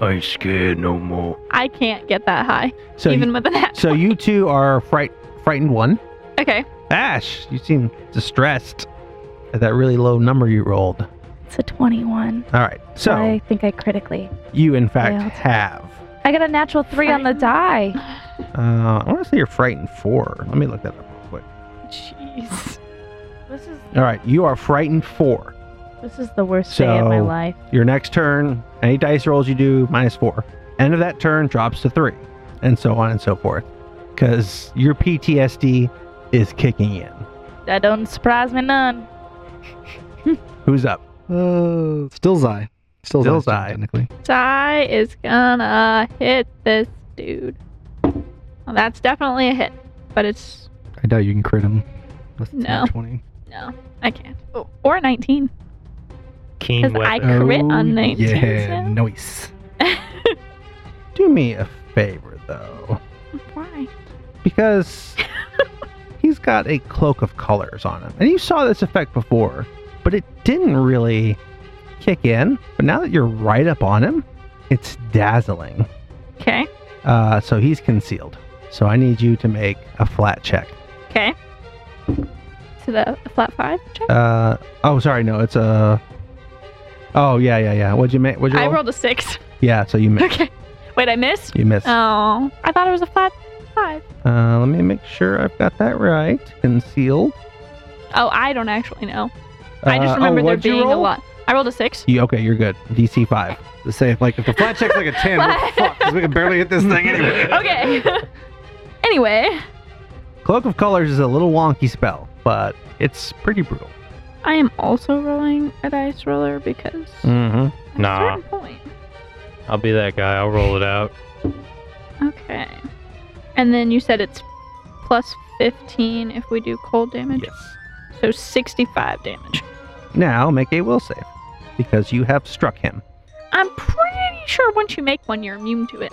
I ain't scared no more. I can't get that high, So, even you, with that. so you two are fright, frightened one. Okay. Ash, you seem distressed at that really low number you rolled. It's a 21. All right. So I think I critically. you, in fact, failed. have. I got a natural three on the die. Uh, I want to say you're frightened four. Let me look that up real quick. Jeez. This is All right. You are frightened four. this is the worst day of my So- life. Your next turn, any dice rolls you do, minus four. End of that turn drops to three, and so on and so forth. Because your PTSD is kicking in. That don't surprise me none. [laughs] Who's up? Uh, still Zai. Still, Still Zai. Zai. Technically. Ty is gonna hit this dude. Well, that's definitely a hit, but it's I doubt you can crit him. Less than No. 20. no, I can't. Oh, or 19. Keen 'Cause I weapon. Crit on 19, Oh, Yeah, so? nice. Do me a favor, though, Why? [laughs] because he's got a cloak of colors on him. And you saw this effect before, but it didn't really kick in. But now that you're right up on him, it's dazzling. Okay. Uh, so he's concealed. So I need you to make a flat check. Okay. So the the flat five check? Uh, oh, sorry, no, it's a. Oh yeah, yeah, yeah. What'd you make? What'd you I roll? rolled a six. [laughs] Yeah, so you missed. Okay. Wait, I missed? You missed. Oh, I thought it was a flat five. Uh, let me make sure I've got that right. Concealed. Oh, I don't actually know. I Uh, just oh, remember there what'd you being a roll? lot. I rolled a six. You, okay, you're good. DC five. Let's say if like if the flat check's like a ten, what the fuck? 'Cause we can barely hit this [laughs] thing anyway. Okay. [laughs] anyway, Cloak of Colors is a little wonky spell, but it's pretty brutal. I am also rolling a dice roller because Mm-hmm. at a Nah. certain point. I'll be that guy. I'll roll it out. Okay. And then you said it's plus 15 if we do cold damage. Yes. So 65 damage. Now make a will save because you have struck him, I'm pretty sure once you make one, you're immune to it.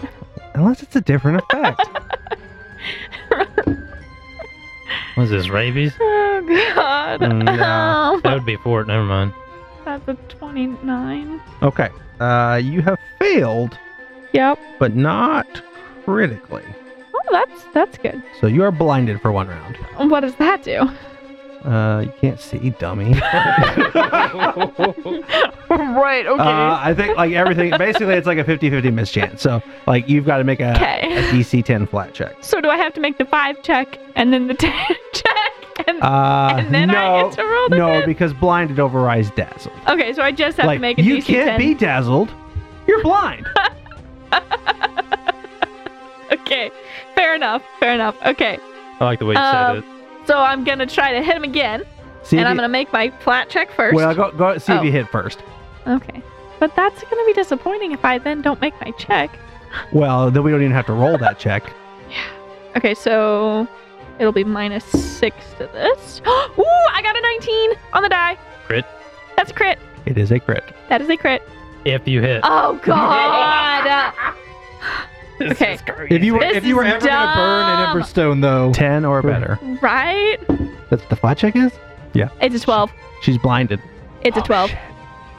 unless it's a different effect. [laughs] What's this, rabies? Oh, God. Mm, Nah. Um, That would be for it. Never mind. That's a 29. okay. Uh, you have failed, Yep. but not critically. Oh, that's that's good. So you are blinded for one round. What does that do? Uh, you can't see, [laughs] dummy. [laughs] right, okay. Uh, I think like everything. Basically, it's like a 50-50 mischance. So like you've got to make a, a okay. DC 10 flat check. So do I have to make the 5 check and then the [laughs] 10 check and, Uh, and then I no, get to roll the no, 10? because blinded overrides dazzled. Okay, so I just have like to make a you DC can't 10. be dazzled. You're blind. [laughs] Okay, fair enough, fair enough. Okay, I like the way you Um, said it. so I'm gonna try to hit him again, See if and I'm you- gonna make my flat check first. Well, go go see if Oh. you hit first. okay, but that's gonna be disappointing if I then don't make my check. Well, then we don't even have to roll that check. Okay, so it'll be minus six to this. [gasps] Ooh, I got a 19 on the die. Crit? That's a crit. It is a crit. That is a crit. If you hit. [laughs] Oh God. [laughs] okay. If you were This if you were is ever gonna burn an dumb. Emberstone though, Ten or better. right? that's what the flat check is. It's a 12. She's blinded. It's a 12.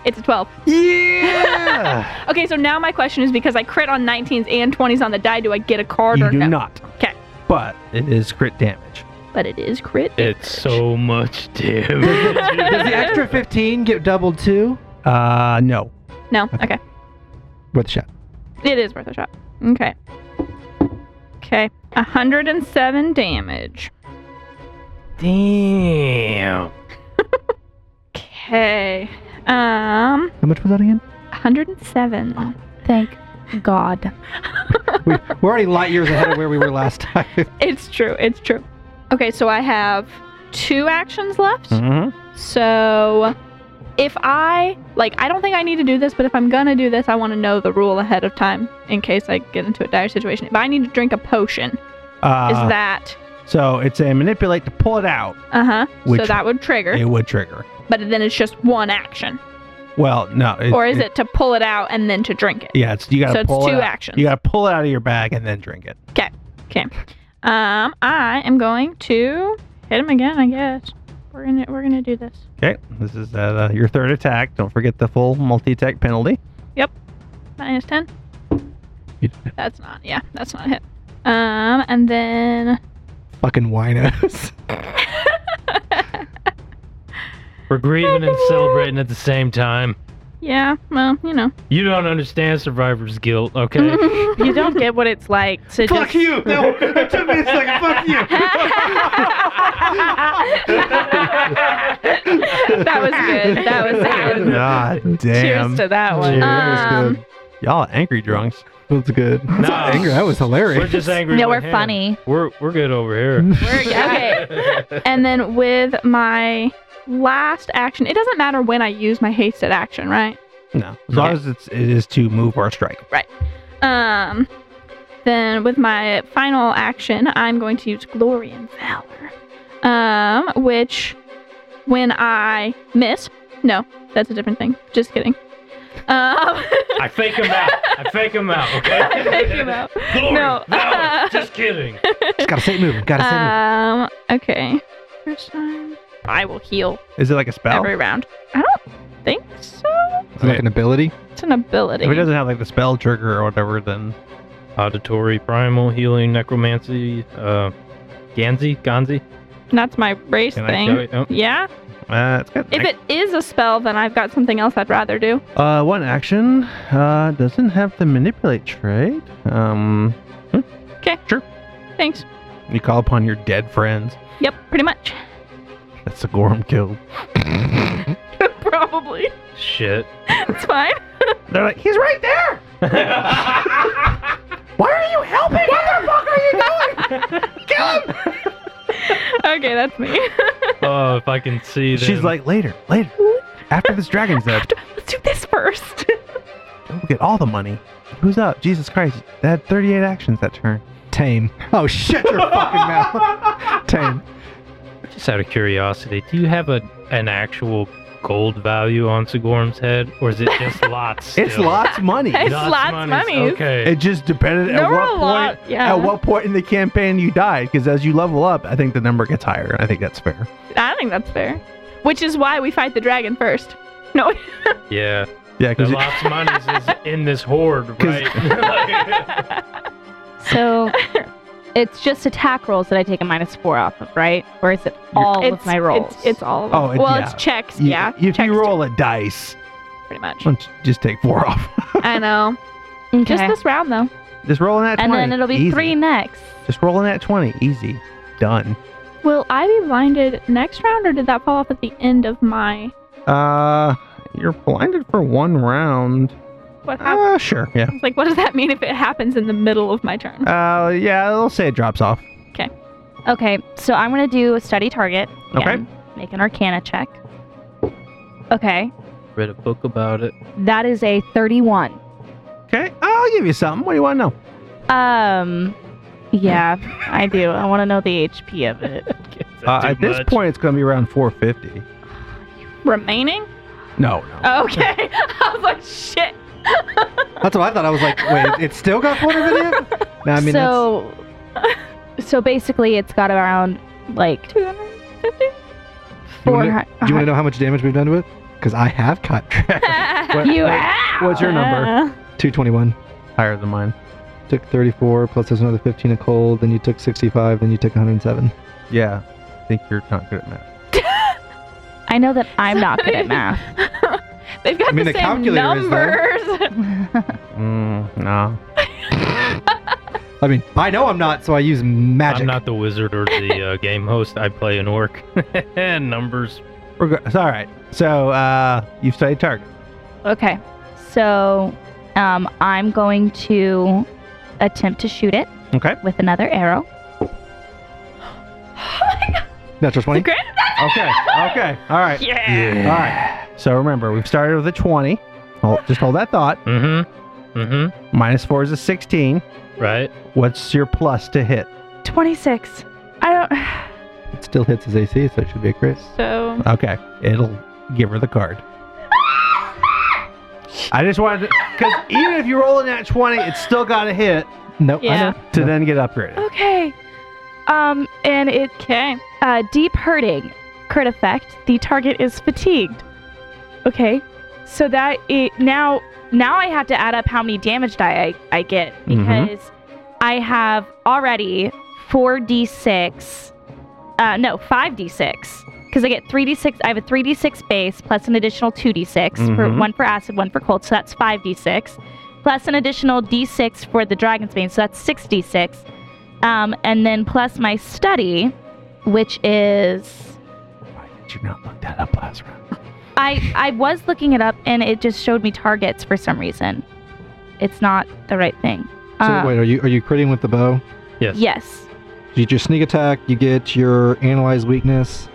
It's a 12. Oh, Yeah. [laughs] Okay, so now my question is because I crit on 19s and 20s on the die, do I get a card you or do no? not. 'Kay. But it is crit damage. But it is crit. It's [laughs] so much damage. Does the extra fifteen get doubled too? Uh, no. No, okay. With the shot. It is worth a shot. Okay. Okay. 107 damage. Damn. Okay. Um, How much was that again? 107. Thank God. we, we're already light years ahead of where we were last time. It's true. It's true. Okay, so I have two actions left. Mm-hmm. So if I like I don't think I need to do this, but if I'm gonna do this, I want to know the rule ahead of time in case I get into a dire situation. If I need to drink a potion, Uh, is that so it's a manipulate to pull it out. uh-huh. which- So that would trigger. It would trigger. but then it's just one action. Well, no. or is it, to pull it out and then to drink it? Yeah, it's you gotta so it's pull two it. Out. actions. You gotta pull it out of your bag and then drink it. Um, I am going to hit him again. I guess we're gonna we're gonna do this. Okay, this is uh, your third attack. Don't forget the full multi-attack penalty. Minus ten. [laughs] You- That's not. Yeah, that's not a hit. Um, and then Fucking winos. We're grieving and celebrating at the same time. yeah, well, you know. You don't understand survivor's guilt, okay? You don't get what it's like to just. [laughs] [laughs] you! No, it took me a second. [laughs] Fuck that was good. That was good. God [laughs] damn, Cheers to that one. Yeah, that was Um, good. y'all are angry drunks. That's good. [laughs] That's No. not angry. That was hilarious. We're just angry. No, with we're him. funny. We're we're good over here. Okay. And then with my last action, it doesn't matter when I use my hasted action, right? No, as long as it's it is to move or strike. Um, then with my final action, I'm going to use glory and valor, um, which when I miss, That's a different thing. Just kidding. Um, [laughs] I fake him out. I fake him out, [laughs] okay? I fake him out. Glory, No. Valor, just kidding. [laughs] Gotta stay moving. Gotta stay moving. Um, okay. First time. I will heal Is it like a spell? every round. I don't think so. Is it like an ability? It's an ability. If it doesn't have like the spell trigger or whatever, then [laughs] Auditory, primal, healing, necromancy, uh, Ganzi, Ganzi. That's my race Can I thing. show you? Oh, Yeah. uh, it's good. If it is a spell, then I've got something else I'd rather do. uh, one action uh, doesn't have the manipulate trait. Um, Thanks. you call upon your dead friends. Yep, pretty much. [laughs] That's the Gorm killed. Probably. shit. [laughs] It's fine. They're like, he's right there. Why are you helping? What the fuck are you doing? [laughs] Okay, that's me. [laughs] oh, if I can see them. She's like, later, later. After this dragon's up, Let's do this first. [laughs] we'll get all the money. Who's up? Jesus Christ! They had 38 actions that turn. Tame. Oh, shut your [laughs] fucking mouth. Tame. Just out of curiosity, do you have a an actual gold value on Sigorm's head, or is it [laughs] just lots? It's still? lots of money. It's lots monies, monies. Okay. It just depended there at were what a point. lot. Yeah. At what point in the campaign you died? Because as you level up, I think the number gets higher. I think that's fair. I think that's fair. Which is why we fight the dragon first. [laughs] No. [laughs] yeah. Yeah, The because lots of monies is in this horde, [laughs] 'Cause- [laughs] right? [laughs] So it's just attack rolls that I take a minus four off of, right? Or is it all of my rolls? It's, it's all of Oh, them. it- well, yeah. it's checks. you, yeah. if checks you roll a dice, pretty much. why don't you just take four [laughs] off. I know. okay. Just this round though. just rolling that and 20. then it'll be Easy. three next. Just rolling that 20. Easy. Done. Will I be blinded next round, or did that fall off at the end of my? Uh, you're blinded for one round. What happened? Uh, sure. Yeah. It's like, what does that mean if it happens in the middle of my turn? Uh, yeah. It'll say it drops off. Okay, so I'm gonna do a study target. Okay. okay. Make an Arcana check. Okay, Read a book about it. that is a 31. Okay. I'll give you something. What do you want to know? Um, yeah, I do. I want to know the HP of it. Uh, at this point, it's gonna be around 450. Remaining? [laughs] No, no. Uh, Okay. I was like, shit. That's what I thought. I was like, [laughs] wait, it's still got quarter of an amp? No, I mean, that's, so, [laughs] so basically, it's got around like 250? you four wanna- hundred. do you want to know how much damage we've done to it? Because I have cut [laughs] track. What- you what- ow! what's your number? Uh, 221. Higher than mine. Took 34, plus there's another 15 of cold, then you took 65, then you took 107. Yeah. I think you're not good at math. I know that I'm not [laughs] good at math. They've got I mean, the, the same calculator is there. numbers. [laughs] Mm, no. I mean, I know I'm not, so I use magic. I'm not the wizard or the uh, game host. I play an orc. [laughs] Numbers. We're go- it's all right. So uh, you've studied target. Okay, so um, I'm going to attempt to shoot it. Okay. With another arrow. Natural 20? Okay. Okay. All [laughs] right. Yeah. All right. So remember, we've started with a 20. Hold, just hold that thought. Mm-hmm. Mm-hmm. Minus four is a 16. Right. What's your plus to hit? 26. I don't. It still hits his AC, so it should be a crit. So Okay. It'll give her the card. I just wanted to, because even if you roll in that 20, it's still got to hit Nope. Yeah. to then get upgraded. Okay. Um, and it. okay. Uh, deep hurting. Crit effect. The target is fatigued. Okay. So that it now now I have to add up how many damage die I, I get because Mhm. I have already 4d6 uh no, 5d6 cuz I get 3d6 I have a 3d6 base plus an additional 2d6 Mm-hmm. for Mhm. one for acid, one for cold, so that's 5d6 plus an additional d6 for the dragon's bane, so that's 6d6. Um, and then plus my study which is Why did you not look that up last round? I I was looking it up and it just showed me targets for some reason. It's not the right thing. So Uh, wait, are you are you critting with the bow? yes. You get your sneak attack, you get your analyze weakness.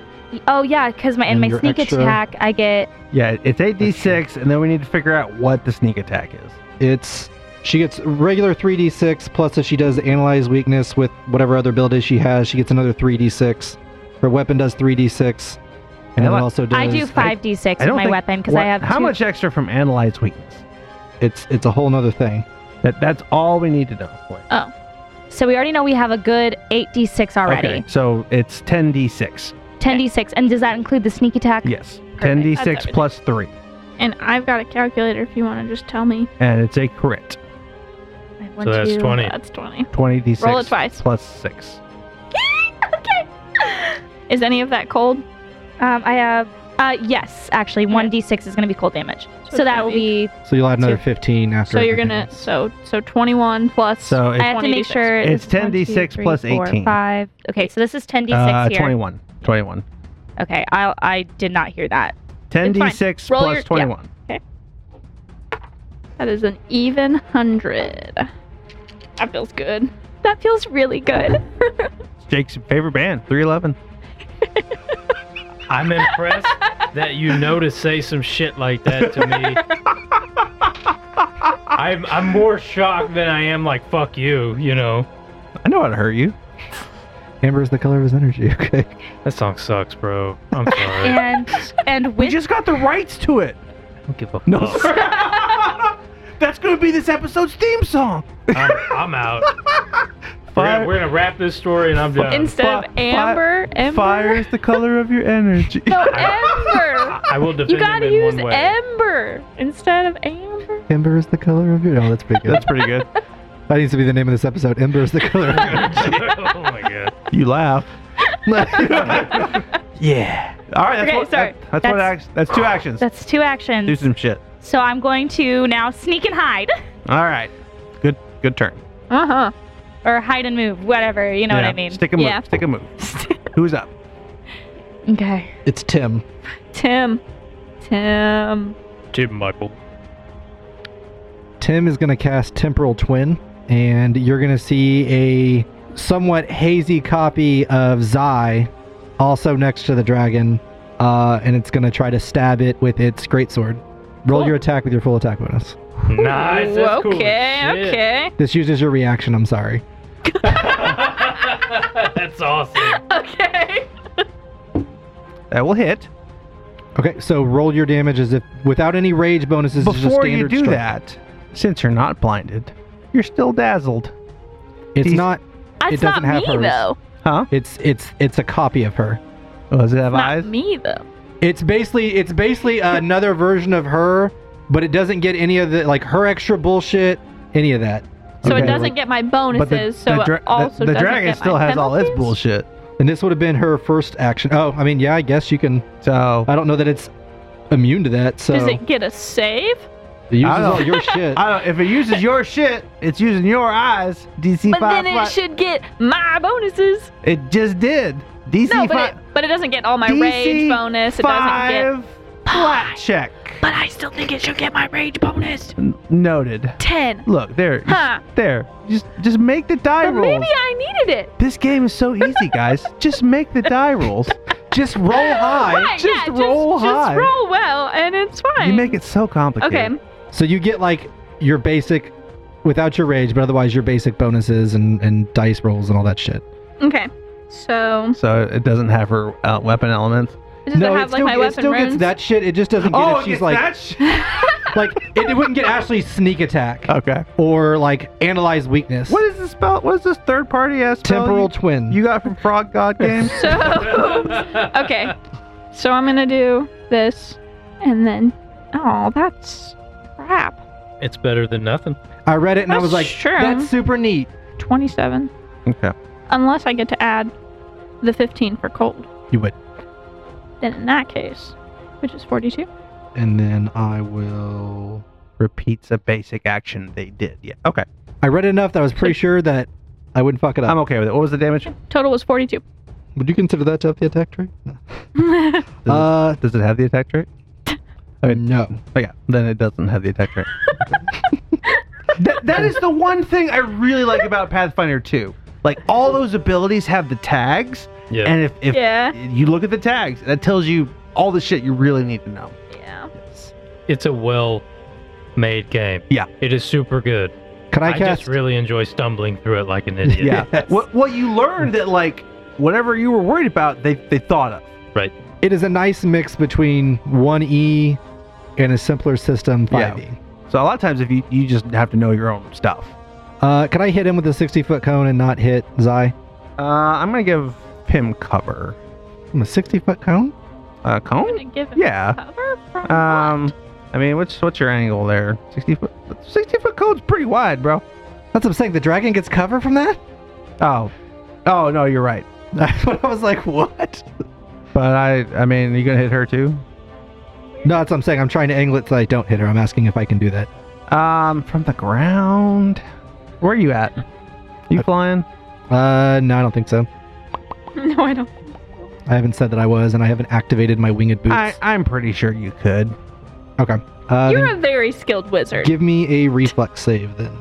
Oh yeah, because my in And my your sneak extra- attack, I get Yeah, it's 8d6, and then we need to figure out what the sneak attack is. It's she gets regular 3d6 plus if she does analyze weakness with whatever other ability she has, she gets another 3d6. Her weapon does 3d6. And it Analy- also does. I do I- 5d6 I with don't my think- weapon because what- I have how two. much extra from analyze weakness? it's it's a whole nother thing. That that's all we need to know. So we already know we have a good 8d6 already. Okay, so it's 10d6. 10d6. And does that include the sneak attack? Yes, 10d6 That's plus three, And I've got a calculator if you want to just tell me. and it's a crit. I want So that's you- 20. [laughs] That's 20. 20d6 Roll it twice. plus six. okay. Is any of that cold? Um, I have. Uh, yes, actually, 1d6 is going to be cold damage. So, it's that gonna will be. So you'll add another So- 15 after. So you're everything gonna else. so so 21 plus. So I it's have to make 20d6. sure. It's 10 10d6 plus 18. 5. Okay, so this is 10d6 uh, here. 21. 21. Okay, I I did not hear that. It's fine. 10d6 Roll plus your- yeah. 21. That is an even hundred. That feels good. That feels really good. It's Jake's favorite band, 311. I'm impressed that you know to say some shit like that to me. I'm I'm more shocked than I am like fuck you, you know. I know how to hurt you. Amber is the color of his energy. [laughs] Okay. That song sucks, bro. [laughs] I'm sorry. And and We with just got the rights to it. I don't give a fuck. No. [laughs] That's going to be this episode's theme song. I'm, I'm out. We're Fire- gonna, we're gonna wrap this story and I'm done. Instead of Fi- fi- amber, ember. Fire is the color of your energy. [laughs] No, ember. I will defend you him gotta in use one way. ember instead of amber. Ember is the color of your. Oh, that's pretty [laughs] good. That's pretty good. that needs to be the name of this episode. Ember is the color. Of your energy. [laughs] oh my god. You laugh. [laughs] yeah. All right. That's Okay, what, sorry. that- that's, what That's- act- that's two actions. that's two actions. Do some shit. So I'm going to now sneak and hide, All right. Good. Good turn. Uh huh. or hide and move, whatever. You know what I mean? Stick a move. Yeah. Stick a move. [laughs] Who's up? Okay. it's Tim. Tim. Tim. Tim Michael. Tim is going to cast Temporal Twin, and you're going to see a somewhat hazy copy of Zai, also next to the dragon, uh, and it's going to try to stab it with its greatsword. Roll Cool. your attack with your full attack bonus. Nice. Ooh, That's cool. okay. Shit. Okay. This uses your reaction, I'm sorry. [laughs] that's [laughs] awesome. Okay. That will hit. Okay, so roll your damage as if without any rage bonuses. it's just a Before you standard do strike. that, since you're not blinded, you're still dazzled. it's he's- not. That's doesn't not have me hers. though. Huh? It's it's it's a copy of her. Oh, does it have eyes? Not me though. It's basically it's [laughs] basically another version of her, but it doesn't get any of the like her extra bullshit, any of that. So Okay. it doesn't get my bonuses. so dra- it also the, the doesn't dragon get still my has all its penalties? bullshit. And this would have been her first action. Oh, I mean, yeah, I guess you can. So I don't know that it's immune to that. So Does it get a save? it uses I don't- [laughs] all your shit. I don't, if it uses your shit, it's using your eyes. DC But five. then it plus- should get my bonuses. it just did. DC No, but five. it, but it doesn't get all my DC rage bonus. It doesn't get. five flat check. But I still think it should get my rage bonus. N- Noted. Ten. Look there, just- Huh. there. Just just make the die But rolls. maybe I needed it. This game is so easy, guys. just make the die [laughs] rolls. just roll high. Right, just yeah, roll just, high. Just roll well, and it's fine. You make it so complicated. okay. So you get like your basic, without your rage, but otherwise your basic bonuses and and dice rolls and all that shit. Okay. So So it doesn't have her uh, weapon elements. does it have like it still, my it weapon still runes? gets that shit. It just doesn't get oh, if it she's gets like that sh- [laughs] like it, it wouldn't get Ashley's sneak attack Okay. or like analyze weakness. Uh, What is this spell? What is this third party ass spell temporal you, twin? you got from Frog God Games? [laughs] So okay. So I'm gonna do this, and then oh, that's crap. [laughs] It's better than nothing. I read it and I was like, Sure. that's super neat. Twenty-seven. okay. Unless I get to add the fifteen for cold. You would. Then in that case, which is forty-two. And then I will. Repeats a basic action they did. Yeah. Okay. I read it enough that I was pretty sure that I wouldn't fuck it up. I'm okay with it. What was the damage? Total was forty-two. Um, [laughs] Would you consider that to have the attack trait? No. Does, Uh, it, does it have the attack trait? Okay. no. Oh, yeah. Then it doesn't have the attack [laughs] trait. that, that is the one thing I really like about Pathfinder 2. Like, all those abilities have the tags. Yeah. And if, if yeah. you look at the tags, that tells you all the shit you really need to know. Yeah. it's a well made game. Yeah. It is super good. Can I, I, cast? just really enjoy stumbling through it like an idiot. Yeah. What what you learned that like whatever you were worried about, they they thought of. Right. It is a nice mix between 1E and a simpler system E. Yeah. 5E. So a lot of times, if you you just have to know your own stuff. Uh, can I hit him with a 60 foot cone and not hit Zai? Uh, I'm gonna give him cover. From a 60 foot cone? Uh, I'm cone? gonna give him Yeah. cover from Um, I mean, what's what's your angle there? Sixty foot. Sixty foot cone's pretty wide, bro. That's what I'm saying. The dragon gets cover from [laughs] that? Oh, oh no, you're right. I was like, what? But I, I mean, you gonna hit her too? No, that's what I'm saying. I'm trying to angle it so I don't hit her. I'm asking if I can do that. Um, from the ground. Where are you at? You flying? Uh, no, I don't think so. what? [laughs] No, I don't. I haven't said that I was, and I haven't activated my winged boots. I, I'm pretty sure you could. okay. Uh, You're then a very skilled wizard. give me a reflex save then.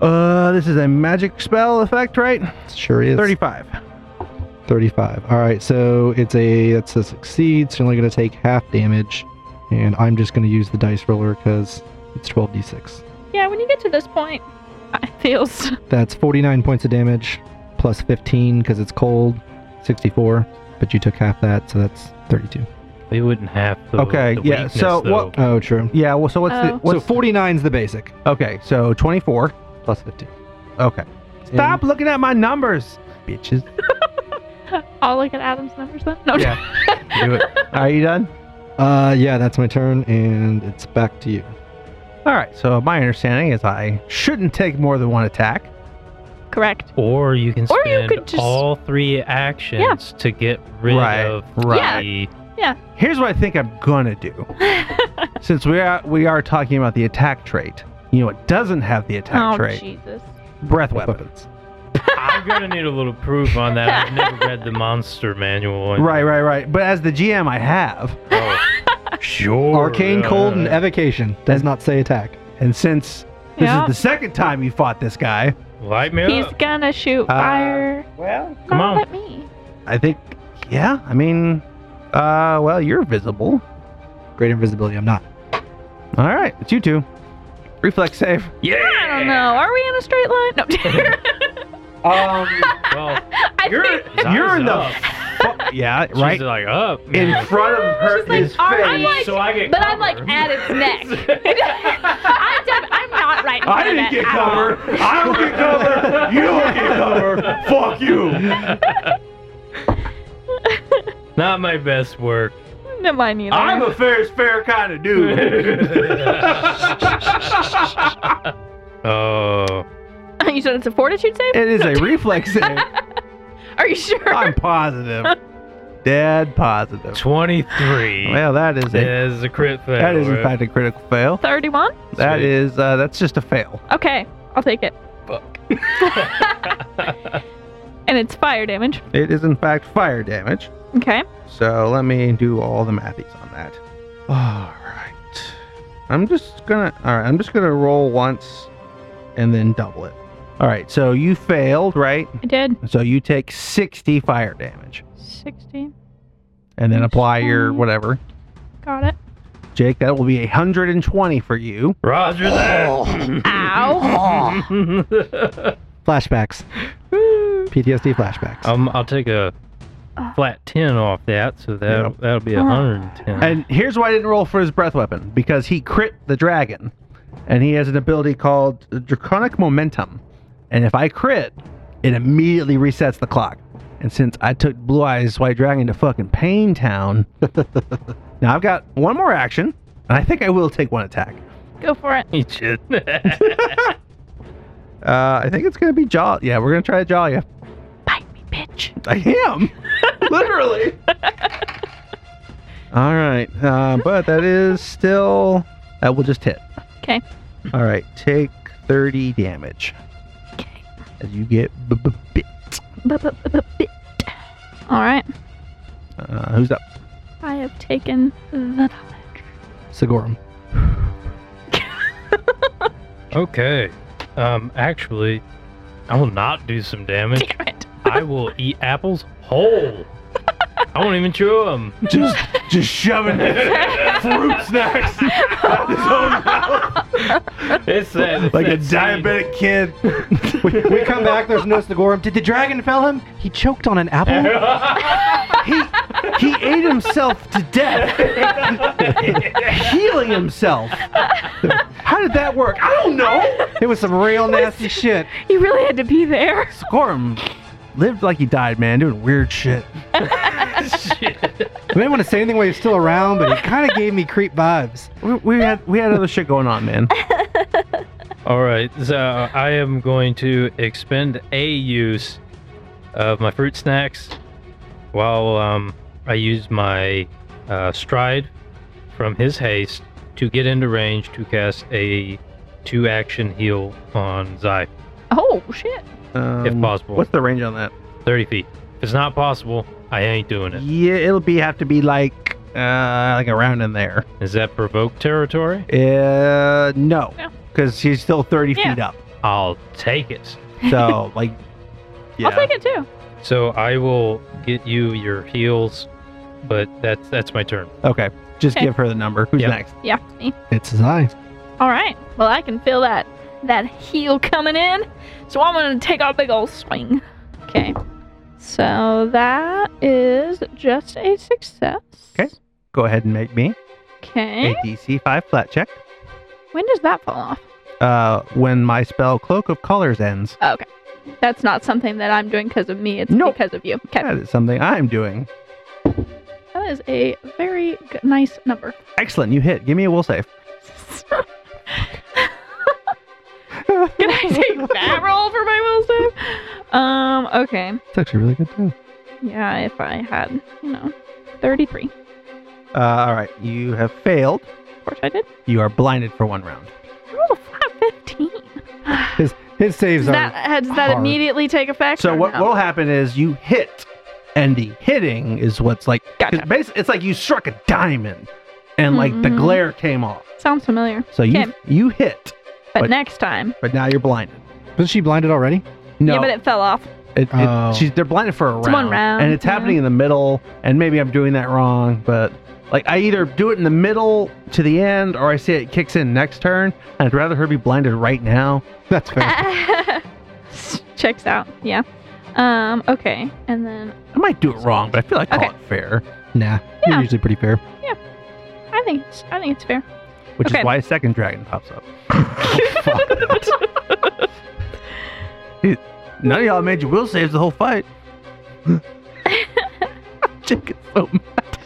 Uh, this is a magic spell effect, right? Sure is. Thirty-five. 35. All right, so it's a that's a succeed. So you're only going to take half damage, and I'm just going to use the dice roller because it's 12d6. Yeah, when you get to this point, it [laughs] feels That's 49 points of damage, plus 15 because it's cold, 64. But you took half that, so that's 32. They wouldn't have the. Okay, the yeah, so weakness, what- though. Oh, true. Yeah. Well, so what's the Oh. So what's 49 is the basic, okay? So twenty-four. plus 15. Okay. Stop looking at my numbers, bitches. I'll look at Adam's numbers then. No, [laughs] Yeah. Do it. Are you done? Uh, yeah, that's my turn, and it's back to you. All right. So my understanding is I shouldn't take more than one attack. correct. Or you can Or you spend could just- all three actions to get rid Right, of right. the Here's what I think I'm gonna [laughs] do. Since we are we are talking about the attack trait, you know, it doesn't have the attack oh trait. Jesus! Breath weapon. I'm gonna need a little proof on that. I've never read the monster manual. and- [laughs] Right, right, right. But as the GM, I have, Oh. Sure. Arcane, cold, and uh, evocation does not say attack. and since this Yeah. is the second time you fought this guy, Light me He's up. gonna shoot Uh, fire. well, Come Not on. at me. I think, yeah. I mean, uh, well, you're visible. Great invisibility. I'm not. All right, it's you two. Reflex save. I don't know. Are we in a straight line? [laughs] No. Um, [laughs] Well, I you're, think you're in the up. [laughs] fu- yeah, She's right like up. in man. front of her. like, his "All face. right, like- so I get but I'm like cover. [laughs] at its neck. I def- I'm not right. in I front of didn't get it at all. cover. I don't get cover. You don't get cover. Fuck you. Not my [laughs] best work. No, mine either. [laughs] I'm a fair's fair kind of dude. Oh. you said it's a fortitude save? It is a reflex save. Are you sure? [laughs] I'm positive. Dead positive. 23. Well, that is a that is a crit fail. that is in right? fact a critical fail. 31? That Sweet. is uh, that's just a fail. Okay, I'll take it. Fuck. [laughs] And it's fire damage. It is in fact fire damage. Okay. So let me do all the mathies on that. All right. I'm just gonna. All right. I'm just gonna roll once, and then double it. All right. So you failed, right? I did. So you take 60 fire damage, 16. and then apply your Okay. whatever. [laughs] Got it. Jake, that will be 120 for you. Roger Oh. [laughs] Ow. that. Flashbacks. PTSD flashbacks. um, I'll take a flat 10 off that, so that Yep. that'll be 110. [laughs] And here's why I didn't roll for his breath weapon because he crit the dragon, and he has an ability called Draconic Momentum. And if I crit, it immediately resets the clock. And since I took Blue Eyes White Dragon to fucking Pain [laughs] Town, now I've got one more action, and I think I will take one [laughs] attack. Go for it. Eat shit. [laughs] Uh, I think it's gonna be Jaw. Yeah, we're gonna try to Jaw you. Bite me, bitch. I am. [laughs] Literally. [laughs] All right. Uh, but that is still. That will just hit. 'Kay. All right. Take 30 damage. As you get b- b- bit. All right. Uh, who's up? I have taken the knowledge. [laughs] Sigorum. okay. Um, actually, I will not do some damage. [laughs] Damn it. I will eat apples whole. I won't even [laughs] chew them. Just just shoving fruit snacks out his own mouth It's that. It's Oh, like a that scene. diabetic kid. we, we come back. There's no Snagorum. Did the dragon fell him? He choked on an apple. [laughs] He he ate himself to [laughs] death, healing himself. How did that work? I don't know. It was some real nasty shit. You really had to be there. Scorum lived like he died, man, doing weird shit. [laughs] Shit. I didn't want to say anything while he was still around, but he kind of gave me creep vibes. We, we had we had other shit going on, [laughs] man. All right, so I am going to expend a use of my fruit snacks while um, I use my uh, stride from his haste to get into range to cast a two action heal on Zai, Oh shit! Um, if possible. What's the range on that? 30 feet. If it's not possible, I ain't doing it. Yeah, it'll be have to be like uh like around in there. Is that provoke territory? Uh, no, No. because he's still thirty Yeah. feet [laughs] up. I'll take it. So like, yeah. I'll take it too. So I will get you your heals, but that's that's my turn. Okay, just Okay. give her the number. Who's Yep. next? Yeah, me. It's his eye. All right. Well, I can feel that that heel coming in, so I'm gonna take a big old swing. Okay. So that is just a success. 'Kay. Go ahead and make me Okay. a DC five flat check. When does that fall off? Uh, when my spell Cloak of Colors ends, Oh, okay. That's not something that I'm doing because of me. It's Nope. because of you. Okay. that is something I'm doing. That is a very g- nice number. [laughs] Excellent, you hit. Give me a will save. Can I take that roll for my will save? Um. Okay. It's actually really good too. Yeah. If I had, you know, 33. Of Uh, all right, you have failed. course I did. Ah, You are blinded for one round. I rolled a flat 15. His saves Does are. that, uh, does that hard. immediately take effect? So or what no? will happen is you hit, and the hitting is what's like. 'cause Gotcha. basi- it's like you struck a diamond, and like the Mhm. glare came off. Sounds familiar. So you Okay. you hit, But, But- next time. but now you're blinded. Wasn't she blinded already? No, Yeah, but it fell off. [laughs] it, it- Oh. she's they're blinded for a It's round, one round, and it's yeah. happening in the middle. And maybe I'm doing that wrong, but like I either do it in the middle to the end, or I say it kicks in next turn. And I'd rather her be blinded right now. [laughs] That's fair. Checks out. Yeah. Um. Okay. And then I might do it wrong, but I feel like Okay. call it fair, nah, Yeah. you're usually [laughs] pretty fair. I think it's, I think it's fair. which Okay. is why a second dragon pops up. [laughs] Oh, Dude, None of y'all made your will saves the whole fight. [laughs] Jake is so mad.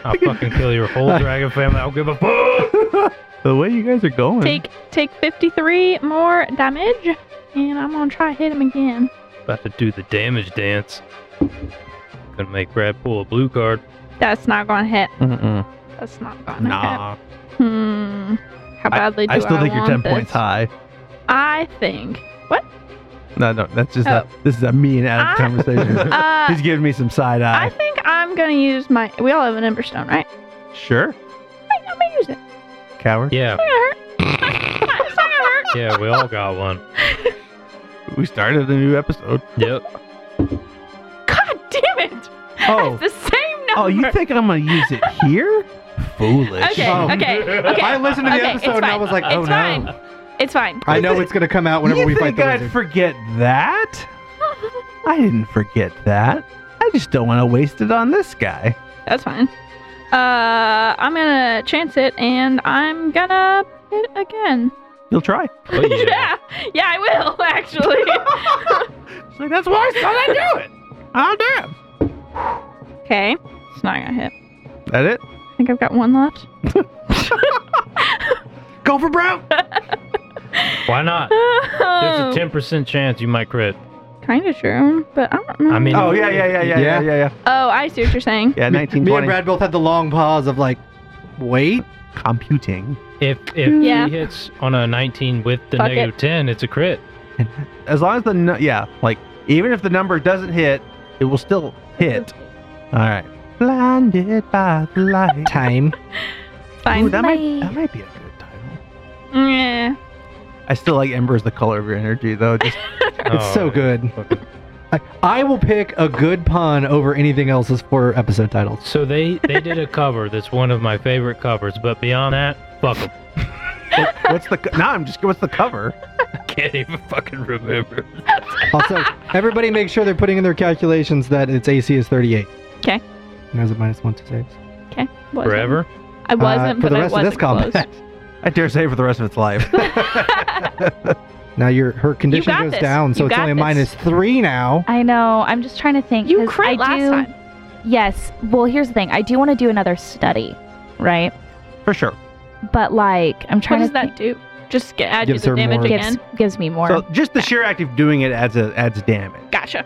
[laughs] I'll fucking kill your whole dragon family. I don't give a fuck. The way you guys are going. Take take 53 more damage, and I'm gonna try hit him again. About to do the damage dance. Gonna make Brad pull a blue card. That's not gonna hit. Mm-mm. That's not gonna hit. Nah. Hmm. How badly do I I still think you're 10 want points this? high. I [laughs] think. What? No, no, that's just Oh. a, this is a me and Adam I- conversation. Uh, He's giving me some side I eye. think I'm gonna use my. We all have an ember stone, right? sure. I think I'm gonna use it. Coward. Yeah, It's not gonna hurt. It's not gonna hurt. yeah, we all got one. We started the new episode. Yep. God damn it! Oh. It's the same number. Oh, [laughs] you think I'm going to use it here? Foolish. Okay, Oh. okay, okay. I listened to the okay, it's episode and I fine. was like, oh it's no. fine. It's fine. I know it's gonna come out whenever you we fight think the I'd wizard. forget that? I didn't forget that. I just don't want to waste it on this guy. That's fine. Uh, I'm gonna chance it, and I'm gonna hit again. He'll try. Oh, yeah. [laughs] yeah, yeah, I will [laughs] [laughs] actually. So that's why I said I do it. I'll do okay, it's not gonna hit. it. That it? I think I've got one left. [laughs] Go for broke. Why not? There's a ten percent chance you might crit. kind of Oh, true, but I don't know. I mean- Oh yeah, yeah, yeah, yeah, yeah, yeah, Yeah. yeah. oh, I see what you're saying. Yeah, nineteen Me and twenty. Brad both had the long pause of like, wait. Computing. If if Yeah. he hits on a 19 with the Fuck negative 10, it's a crit. As long as the nu- yeah, like even if the number doesn't hit, it will still hit. All right. Blinded by the light. [laughs] Time. Ooh, Fine. that might that might be a good title. Yeah. Oh, I still like Ember is the color of your energy though. Just It's so good. I, I will pick a good pun over anything else as for episode titles. So they they did a cover that's one of my favorite covers, but beyond that, fuck 'em. [laughs] What's the co- now? I'm just what's the cover? Can't even fucking remember. [laughs] Also, everybody make sure they're putting in their calculations that its AC is 38. 'Kay. And has a minus one to saves. Wasn't. Forever? I wasn't, Uh, for but the I rest of wasn't this [laughs] combat. close. I dare say for the rest of its [laughs] life. Now your her condition got goes this. down, so You it's got only a this. minus three now. I know. I'm just trying to think. You 'cause crit I last do, time. Yes. Well, here's the thing. I do want to do another study, right? For sure. But like, I'm What trying does to that do? Just get, add you Gives the her damage more- gives again. gives me more. So just the sheer act of doing it adds a, adds damage. Gotcha.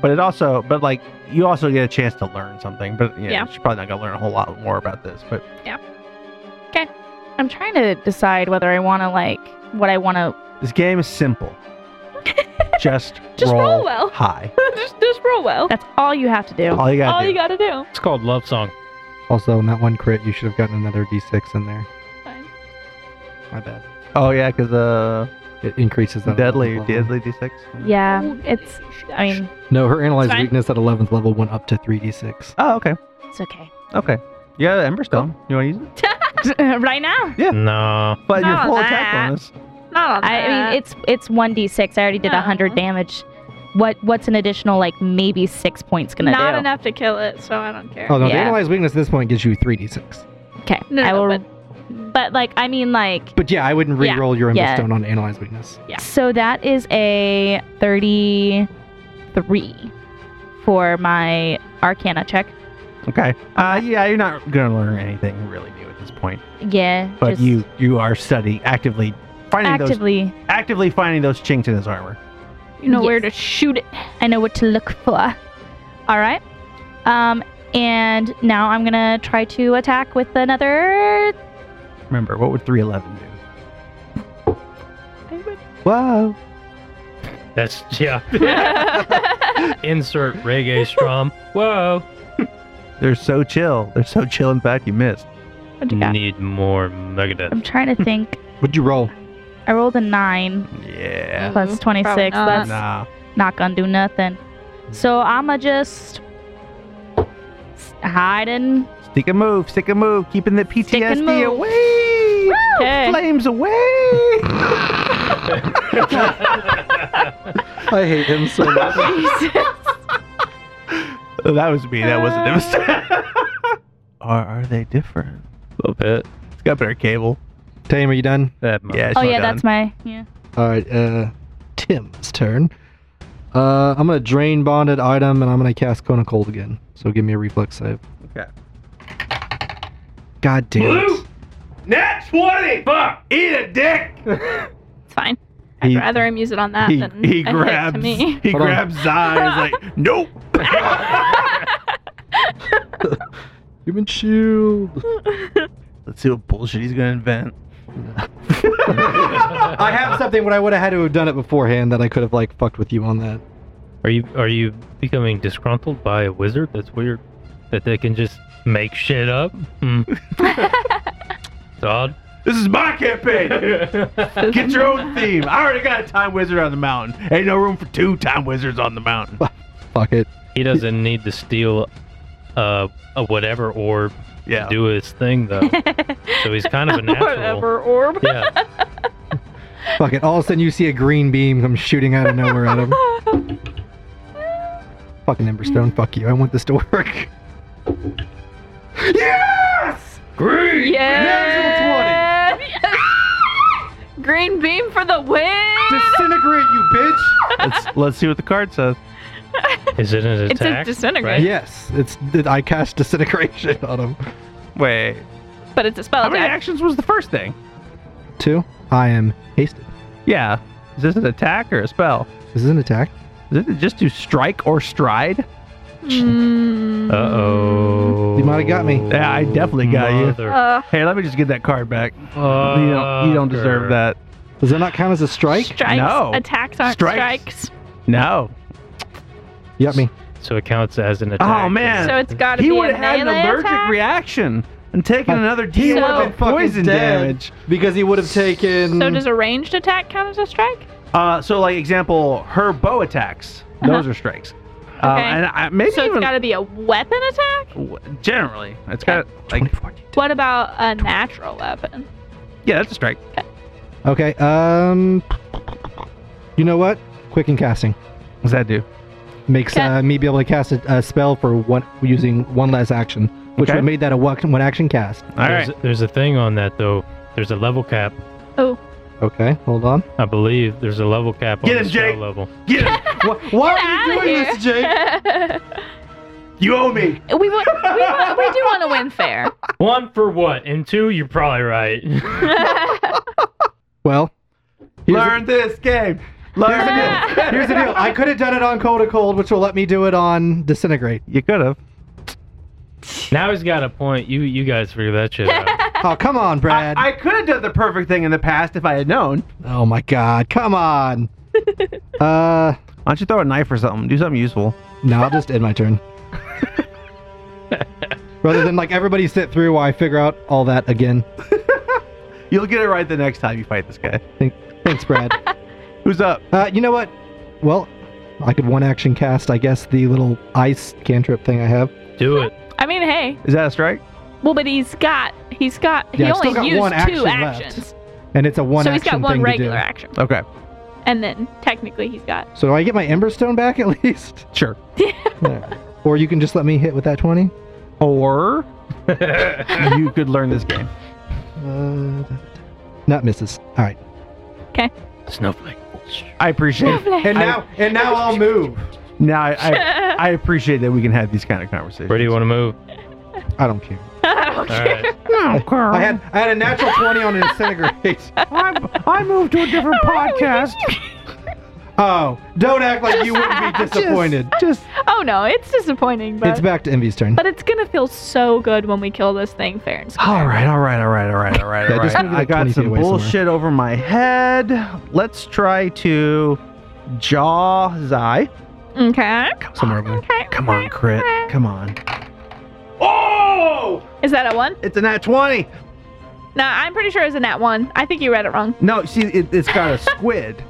But it also, but like you also get a chance to learn something. But yeah, Yeah. she's probably not gonna learn a whole lot more about this. But I'm trying to decide whether I want to like what I want to. this game is [laughs] simple. just Just roll, well. [laughs] high. just, just roll well. That's all you have to do. All you gotta All do. you gotta do. It's called Love Song. Also, in that one crit, you should have gotten another d6 in there. Fine. My bad. oh yeah, because uh, It increases that. 11th level. d6. yeah. It's. I mean, No, her analyze It's fine. weakness at 11th level went up to 3d6. Oh okay, It's [laughs] okay. okay. You got an Ember Stone. You want to use it? right now, Yeah. No. But your Not full on attack that. bonus. Not on I, I mean, it's it's one d six. I already did a hundred Oh. damage. What what's an additional like maybe six points gonna not do? enough to kill it, so I don't care. Oh, no, the Yeah. analyze weakness at this point gives you 3d6. Okay. No, no, I will. no, but, like I mean like But yeah, I wouldn't Yeah. re roll your Ember Yeah. Stone on analyze weakness. Yeah. so that is a thirty three for my Arcana check. Okay. Uh, yeah, you're not gonna learn anything really new at this point. Yeah. But just you you are studying actively, finding those actively. actively finding those chinks in his armor. you know where to yes. shoot it. I know what to look for. [laughs] All right. Um, and now I'm gonna try to attack with another. Remember, what would 311 do? Wow. That's [laughs] yeah. Insert reggae strum. Whoa. They're so chill. They're so chill. In fact, you missed. What you got? Need more I'm Megadeth. trying to think. What'd you roll? I rolled a nine Yeah. plus Ooh, twenty probably six. not. That's Nah. not gonna do nothing. So I'ma just s- hide and Stick and move. Stick and move. Keeping the Stick and PTSD move. away. Okay. Flames [laughs] away. I hate him so much. [laughs] Oh, that was me. That wasn't him. Uh. or [laughs] are they different? little bit. It's got better cable. Tame, are you done? That much. Yeah. Oh she's yeah, done. that's my yeah. All right, uh, Tim's turn. Uh, I'm gonna drain bonded item, and I'm gonna cast Kona Cold again. So give me a reflex save. Okay. God damn it! Nat 20! Fuck! Eat a dick! It's fine. I'd He- rather him use [laughs] it on that He, than he a hit grabs to me. [laughs] he Hold on. grabs Zai and is [laughs] like, [laughs] nope. Human [laughs] shield. Let's see what bullshit he's gonna invent. I have something, but I would have had to have done it beforehand. That I could have like fucked with you on that. Are you are you becoming disgruntled by a wizard? That's weird. That they can just make shit up. [laughs] Hmm. it's odd. This is my [laughs] campaign. Get your own theme. I already got a time wizard on the mountain. Ain't no room for two time wizards on the mountain. Fuck it. He doesn't need to steal uh, a whatever orb Yeah. to do his thing [laughs] though. so he's kind of a natural. Whatever [laughs] orb. Yeah. Fuck it. All of a sudden, you see a green beam come shooting out of nowhere [laughs] at him. Fucking Emberstone. Fuck you. I want this to work. Great. Yeah. [laughs] Green beam for the win. [laughs] Disintegrate, you bitch. let's, let's see what the card says. Is it an It says attack? disintegrate. right? Yes, it's. I cast disintegration on him. Wait. But it's a spell How many attack. actions was the first thing? Two. I am hasted. Yeah. Is this an attack or a spell? This is an attack. Is it just to strike or stride? Mm. Uh oh. You might've got me. Yeah, I definitely got you. Uh, Hey, let me just get that card back. you, don't, you don't deserve that. Does that not count as a strike? strikes. No. Attacks aren't Strikes. strikes. No. You got me. So it counts as an attack. Oh, man. So it's got to be He a would have had an melee allergic attack. reaction and taken Like, another he D11 would've been fucking poison dead. damage. Because he would have taken. so does a ranged attack count as a strike? Uh, so, like example, her bow attacks; Uh-huh. those are strikes. Um, Okay. and I, maybe so it's even got to be a weapon attack. w- generally, it's got like 24. What about a natural weapon? yeah, that's a strike. Okay. Um. You know what? Quicken casting What's that [laughs] do? makes Okay. uh, me be able to cast a, a spell for one using one less action, which Okay. would made that a one, one action cast. All there's, right. there's a thing on that though. There's a level cap. Okay. Hold on. I believe there's a level cap on Get the him, spell Jake. level. Get him! Wh- why are you outta doing this, Jake? You owe me. We want, we, want, we do want to win fair. One for what? And two, you're probably right. [laughs] Well, here's the- Learn this game. Learn Here's the this. deal. [laughs] Here's the deal. I could have done it on cold to cold, which will let me do it on disintegrate. You could have. now he's got a point. You you guys figure that shit out. [laughs] Oh, come on, I, Brad. I could have done the perfect thing in the past if I had known. oh my God. Come on. uh, Why don't you throw a knife or something? Do something useful. no, I'll just end my [laughs] turn. Rather than like everybody sit through while I figure out all that again. You'll get it right the next time you fight this guy. Thanks, Brad. Who's up? Uh, you know what? Well, I could one action cast, I guess, the little ice cantrip thing I have. Do it. I mean, hey. Is that a strike? Well, but he's got he's got Yeah, he I've only still got used one action two left. actions, And it's a one so he's got action one thing regular to do. action, Okay. and then technically he's got So do I get my Emberstone back at [laughs] least? [laughs] Sure. Alright. Or you can just let me hit with that 20? Or you could learn this game. Uh, not misses. All right. Snowflake. I appreciate it. And I- now, and now I'll move. Now I, I, I appreciate that we can have these kind of conversations. Where do you want to move? I don't care. All right. [laughs] No, Carl. I had I had a natural 20 on an disintegrate. I, I moved to a different podcast. Oh, don't act like you [laughs] wouldn't be disappointed. Just Oh no, it's disappointing, but It's back to Envy's turn. but it's gonna feel so good when we kill this thing fair and square. all right, all right, all right, all right, all right, all Yeah, right. just move it I like got 20 feet some away somewhere. bullshit over my head. Let's try to jaw Zai. Okay. Somewhere over there. Okay. Come on, crit. Come on. Oh! Is that a one? It's a nat 20. Nah, I'm pretty sure it's a nat one. I think you read it wrong. No, see, it, it's got a squid.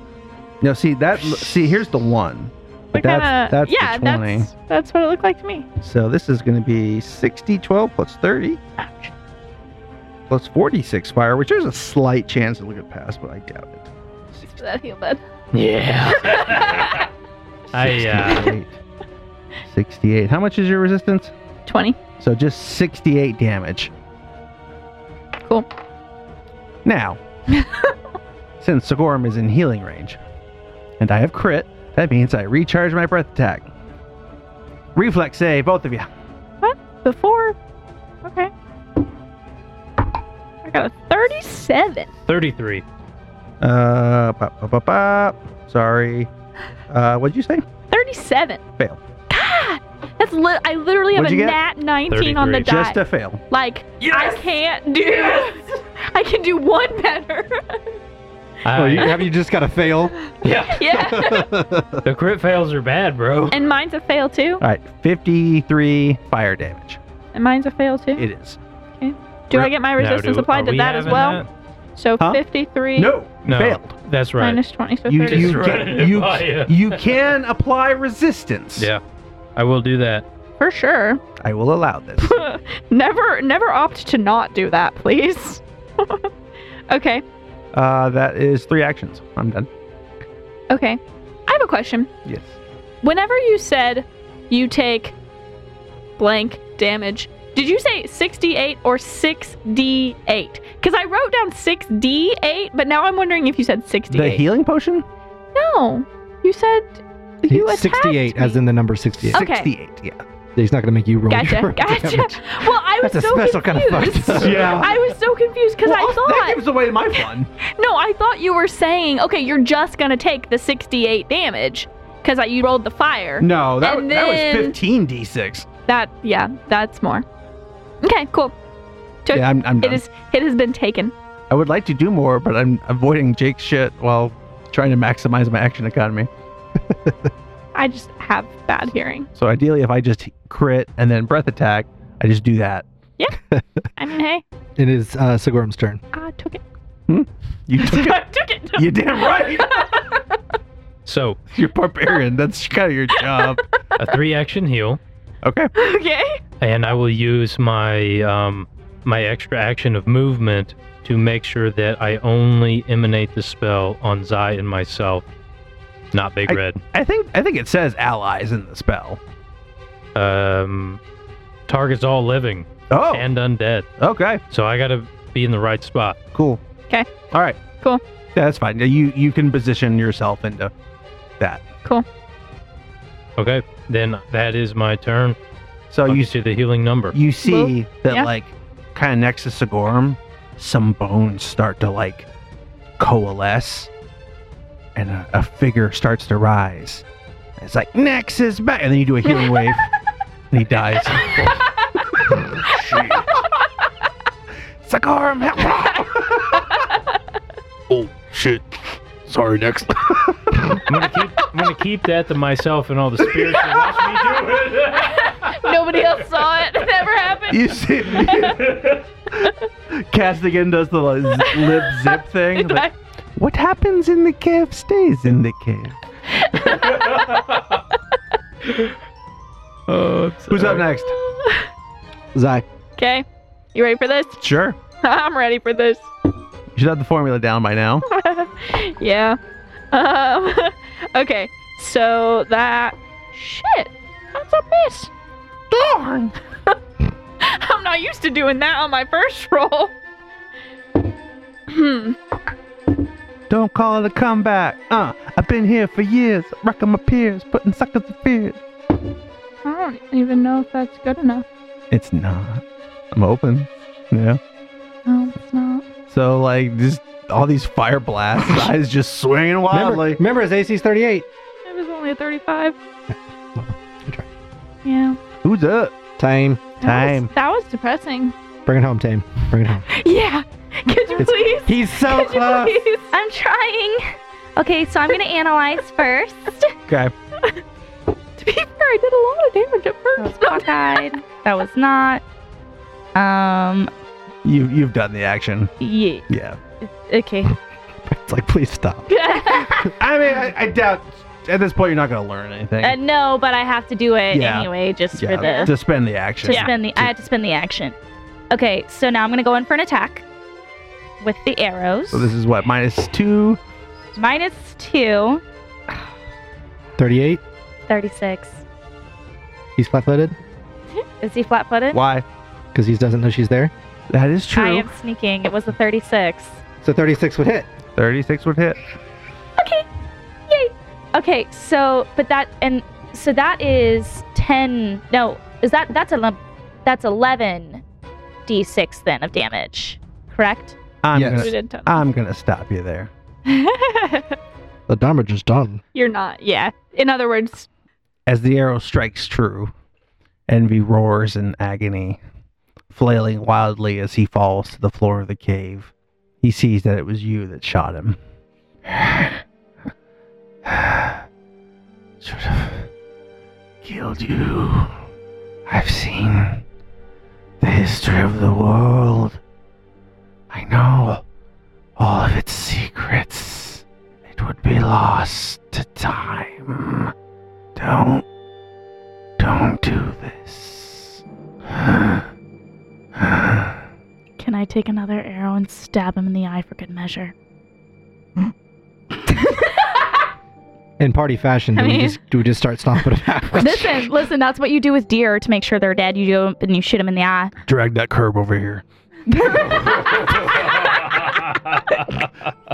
No, see that. See, here's the one. But What that's kinda- that's yeah, the 20. that's that's what it looked like to me. So this is going to be 60, 12 plus 30. Plus 46 fire, which there's a slight chance to look at pass, but I doubt it. Does that feel bad? I uh, 68. 68. How much is your resistance? Twenty. So just 68 damage. Cool. Now, since Sigorum is in healing range, and I have crit, that means I recharge my breath attack. Reflex save, both of you. Before. Okay. I got a thirty-seven. 33. Uh, bop, bop, bop, bop. Sorry. Uh, what'd you say? Thirty-seven. Fail. God, that's li- I literally have What'd a you get? nat nineteen on the 33. die. Just a fail. like I can't do. I can do one better. [laughs] Oh, you, I, have you just got to fail? yeah. yeah. [laughs] The crit fails are bad, bro. And mine's a fail too. All right, 53 fire damage. And mine's a fail too. It is. do I get my resistance Now, do- applied are to we that as having well? So Huh? 53 No, No. failed. That's right. minus 20. So You, 30. you, Just can, running it [laughs] you, by you. you can apply resistance. Yeah. I will do that. For sure. I will allow [laughs] this. never never opt to not do that, please. [laughs] okay. Uh, that is three actions. I'm done. Okay. I have a question. Yes. Whenever you said you take blank damage, did you say 68 or 6d8? Because I wrote down 6d8, but now I'm wondering if you said 68. The healing potion? No, you said you attacked 68, me. as in the number 68. Okay. 68, yeah. He's not going to make you roll. Gotcha, your [laughs] gotcha. damage. Well, I was That's a so special kind of fucked confused. [laughs] up. Yeah. I was so confused because Well, That I gives away my [laughs] fun. thought no, I thought you were saying okay, you're just gonna take the 68 damage because you rolled the fire. No, that, And wa- that then- was 15d6. That yeah, that's more. Okay, cool. Took- Yeah, I'm, I'm It done. is it has been taken. I would like to do more, but I'm avoiding Jake's shit while trying to maximize my action economy. I just have bad hearing. So ideally, if I just crit and then breath attack, I just do that. I mean, [laughs] hey, It is uh, Sigurum's turn. I took it. [laughs] You took it. I took it. you damn right. [laughs] So You're barbarian. That's kind of your job. [laughs] a three action heal, Okay. Okay. [laughs] and I will use my um, my extra action of movement to make sure that I only emanate the spell on Zai and myself, not Big I- Red. I think I think it says allies in the spell. Um, targets all living Oh. and undead. okay. So I gotta be in the right spot. Cool. 'Kay. All right. Cool. Yeah, that's fine. You you can position yourself into that. Okay, then that is my turn. So Oh, you you see the healing number. you see that yeah. like kind of next to Sigorum, some bones start to like coalesce, and a, a figure starts to rise. And It's like Nexus back, and then you do a healing wave, and he dies. [laughs] Sigorum, help! Oh shit. Sorry, next. I'm gonna keep I'm gonna keep that to myself and all the spirits that watch me do it. Nobody else saw it. It never happened. You see, [laughs] Castigan does the like, z- lip zip thing. Like, what happens in the cave stays in the cave. Who's up next? Zai. Okay. You ready for this? [laughs] Sure. I'm ready for this. You should have the formula down by [laughs] now. Yeah. Um, [laughs] okay. So that shit. That's a miss. Darn. [laughs] I'm not used to doing that on my first [laughs] roll. Hmm. Don't call it a comeback. Uh, I've been here for years, rocking my peers, putting suckers to fears. I don't even know if that's good enough. It's not. I'm open. Yeah. No, it's not. So like just all these fire [laughs] blasts, eyes just swinging Remember, wildly. remember his AC's 38. It was only a 35. try. Yeah. Who's up? Tame. That was- Time. That was depressing. [laughs] Bring it home, Tame. Bring it home. Yeah. Could you It's- [laughs] please? He's so Could you please? I'm trying. Okay, so I'm gonna analyze first. Okay. To be fair, I did a lot of damage at That was first. cockeyed. That was not. Um. You you've done the action. Yeah. Yeah. Okay. [laughs] It's like, [laughs] please stop. I mean, I, I doubt at this point you're not going to learn anything. Uh, no, but I have to do it Yeah. anyway, just yeah, for the to spend the action. to spend the I had to spend the action. Okay, so now I'm gonna go in for an attack with the arrows. So this is what minus two. Minus two. 38. 36. He's flat footed Is he flat footed? Why? because he doesn't know she's there. That is I true. am sneaking. It was a 36. So 36 would hit. Thirty-six would hit. Okay, so but that and so that is 10. No, is that that's a lump that's 11 d6 then of damage. Correct? I'm Yes. We gonna, did ton. I'm gonna stop you there. The damage is done. You're not. Yeah. In other words, As the arrow strikes true, Envy roars in agony, flailing wildly as he falls to the floor of the cave. He sees that it was you that shot [sighs] him. Should have killed you. I've seen the history of the world. I know all of its secrets. It would be lost to time. Don't. Don't do this. Can I take another arrow and stab him in the eye for good measure? In party fashion, do, I we mean- just, do we just start stomping [laughs] him [laughs] out? Listen, listen, that's what you do with deer to make sure they're dead. You do and you shoot them in the eye. Drag that curb over here.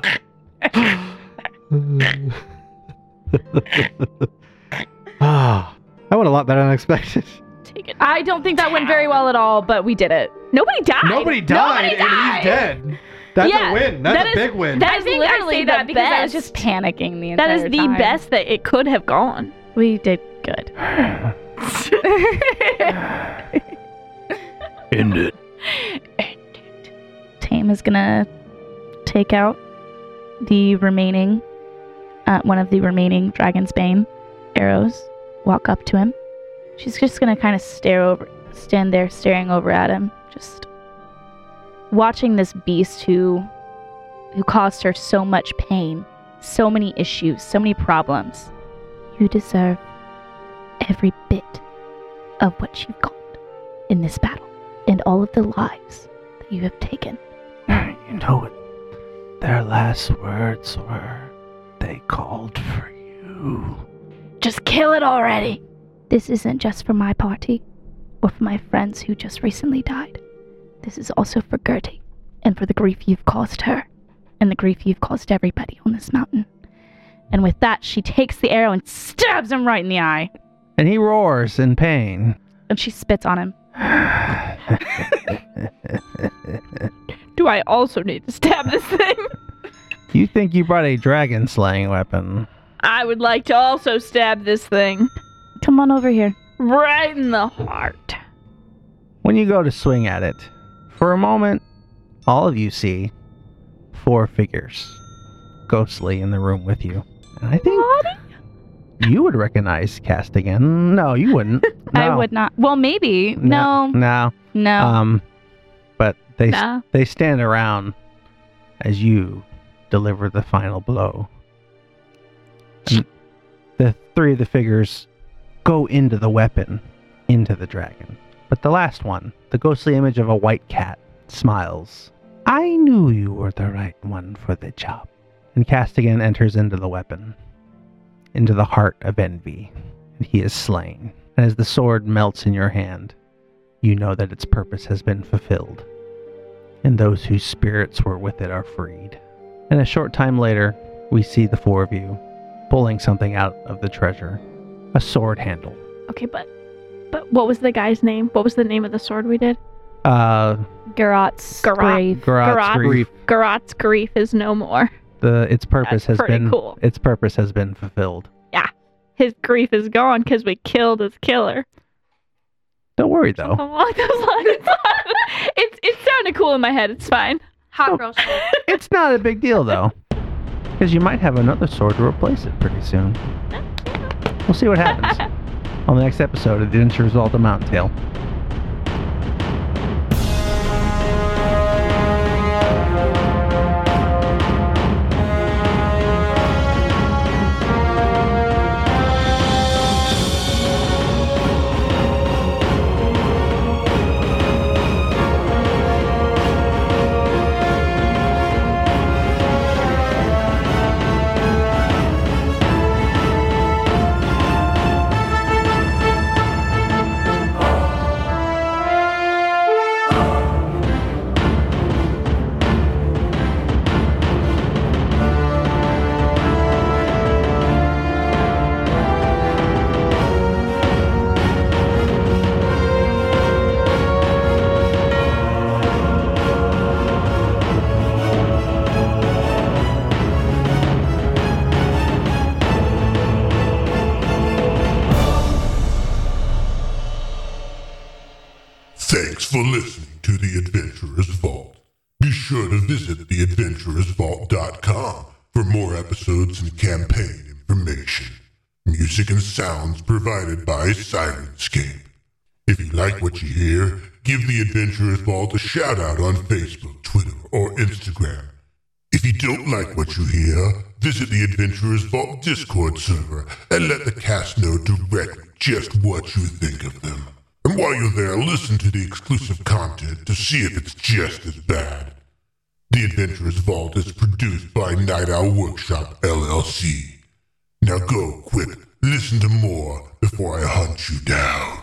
[laughs] ah, that went a lot better than I expected. take it. I don't think that went very well at all, but we did it. Nobody died. Nobody died. dead. That's Yeah, win. that is- win. That I is think I literally say the that because I was best. just panicking the That is the best that it could have gone. We did good. [laughs] End it. Tame is gonna take out the remaining, uh, one of the remaining Dragon's Bane arrows. Walk up to him. She's just gonna kind of stare over, stand there staring over at him, just watching this beast who, who caused her so much pain, so many issues, so many problems. You deserve every bit of what you've got in this battle and all of the lives that you have taken. You know it. Their last words were, they called for you. Just kill it already. This isn't just for my party or for my friends who just recently died. This is also for Gertie and for the grief you've caused her and the grief you've caused everybody on this mountain. And with that, she takes the arrow and stabs him right in the eye. And he roars in pain. And she spits on him. Do I also need to stab this [laughs] thing? you think you brought a dragon slaying weapon. I would like to also stab this thing Come on over here. right in the heart. When you go to swing at it, for a moment, all of you see four figures ghostly in the room with you. And I think you would recognize Cast again. No, you wouldn't. No. [laughs] I would not. Well, maybe. No. No. No. No. Um, but they Nah. they stand around as you deliver the final blow. And the three of the figures go into the weapon, into the dragon. But the last one, the ghostly image of a white cat, smiles. I knew you were the right one for the job. And Castigan enters into the weapon, into the heart of envy, and he is slain. And as the sword melts in your hand, you know that its purpose has been fulfilled and those whose spirits were with it are freed. And a short time later, we see the four of you pulling something out of the treasure a sword handle. Okay, but but what was the guy's name? What was the name of the sword we did? Uh, Garot's Garot. grave. Garot's Garot's grief. Garot's grief is no more. [laughs] The its purpose has That's pretty been cool. its purpose has been fulfilled. His grief is gone because we killed his killer. Don't worry though, Along those lines. it's it sounded cool in my head. It's fine. Oh. Hot girl. [laughs] it's not a big deal though, because you might have another sword to replace it pretty soon. We'll see what [laughs] happens on the next episode of The Adventures of the Mountain Tale. Thanks for listening to The Adventurer's Vault. Be sure to visit theadventurer'svault.com for more episodes and campaign information. Music and sounds provided by Sirenscape. If you like what you hear, give The Adventurer's Vault a shout out on Facebook, Twitter, or Instagram. If you don't like what you hear, visit the Adventurers Vault Discord server and let the cast know directly just what you think of them. And while you're there, listen to the exclusive content to see if it's just as bad. The Adventurers Vault is produced by Night Owl Workshop LLC. Now go quick, listen to more before I hunt you down.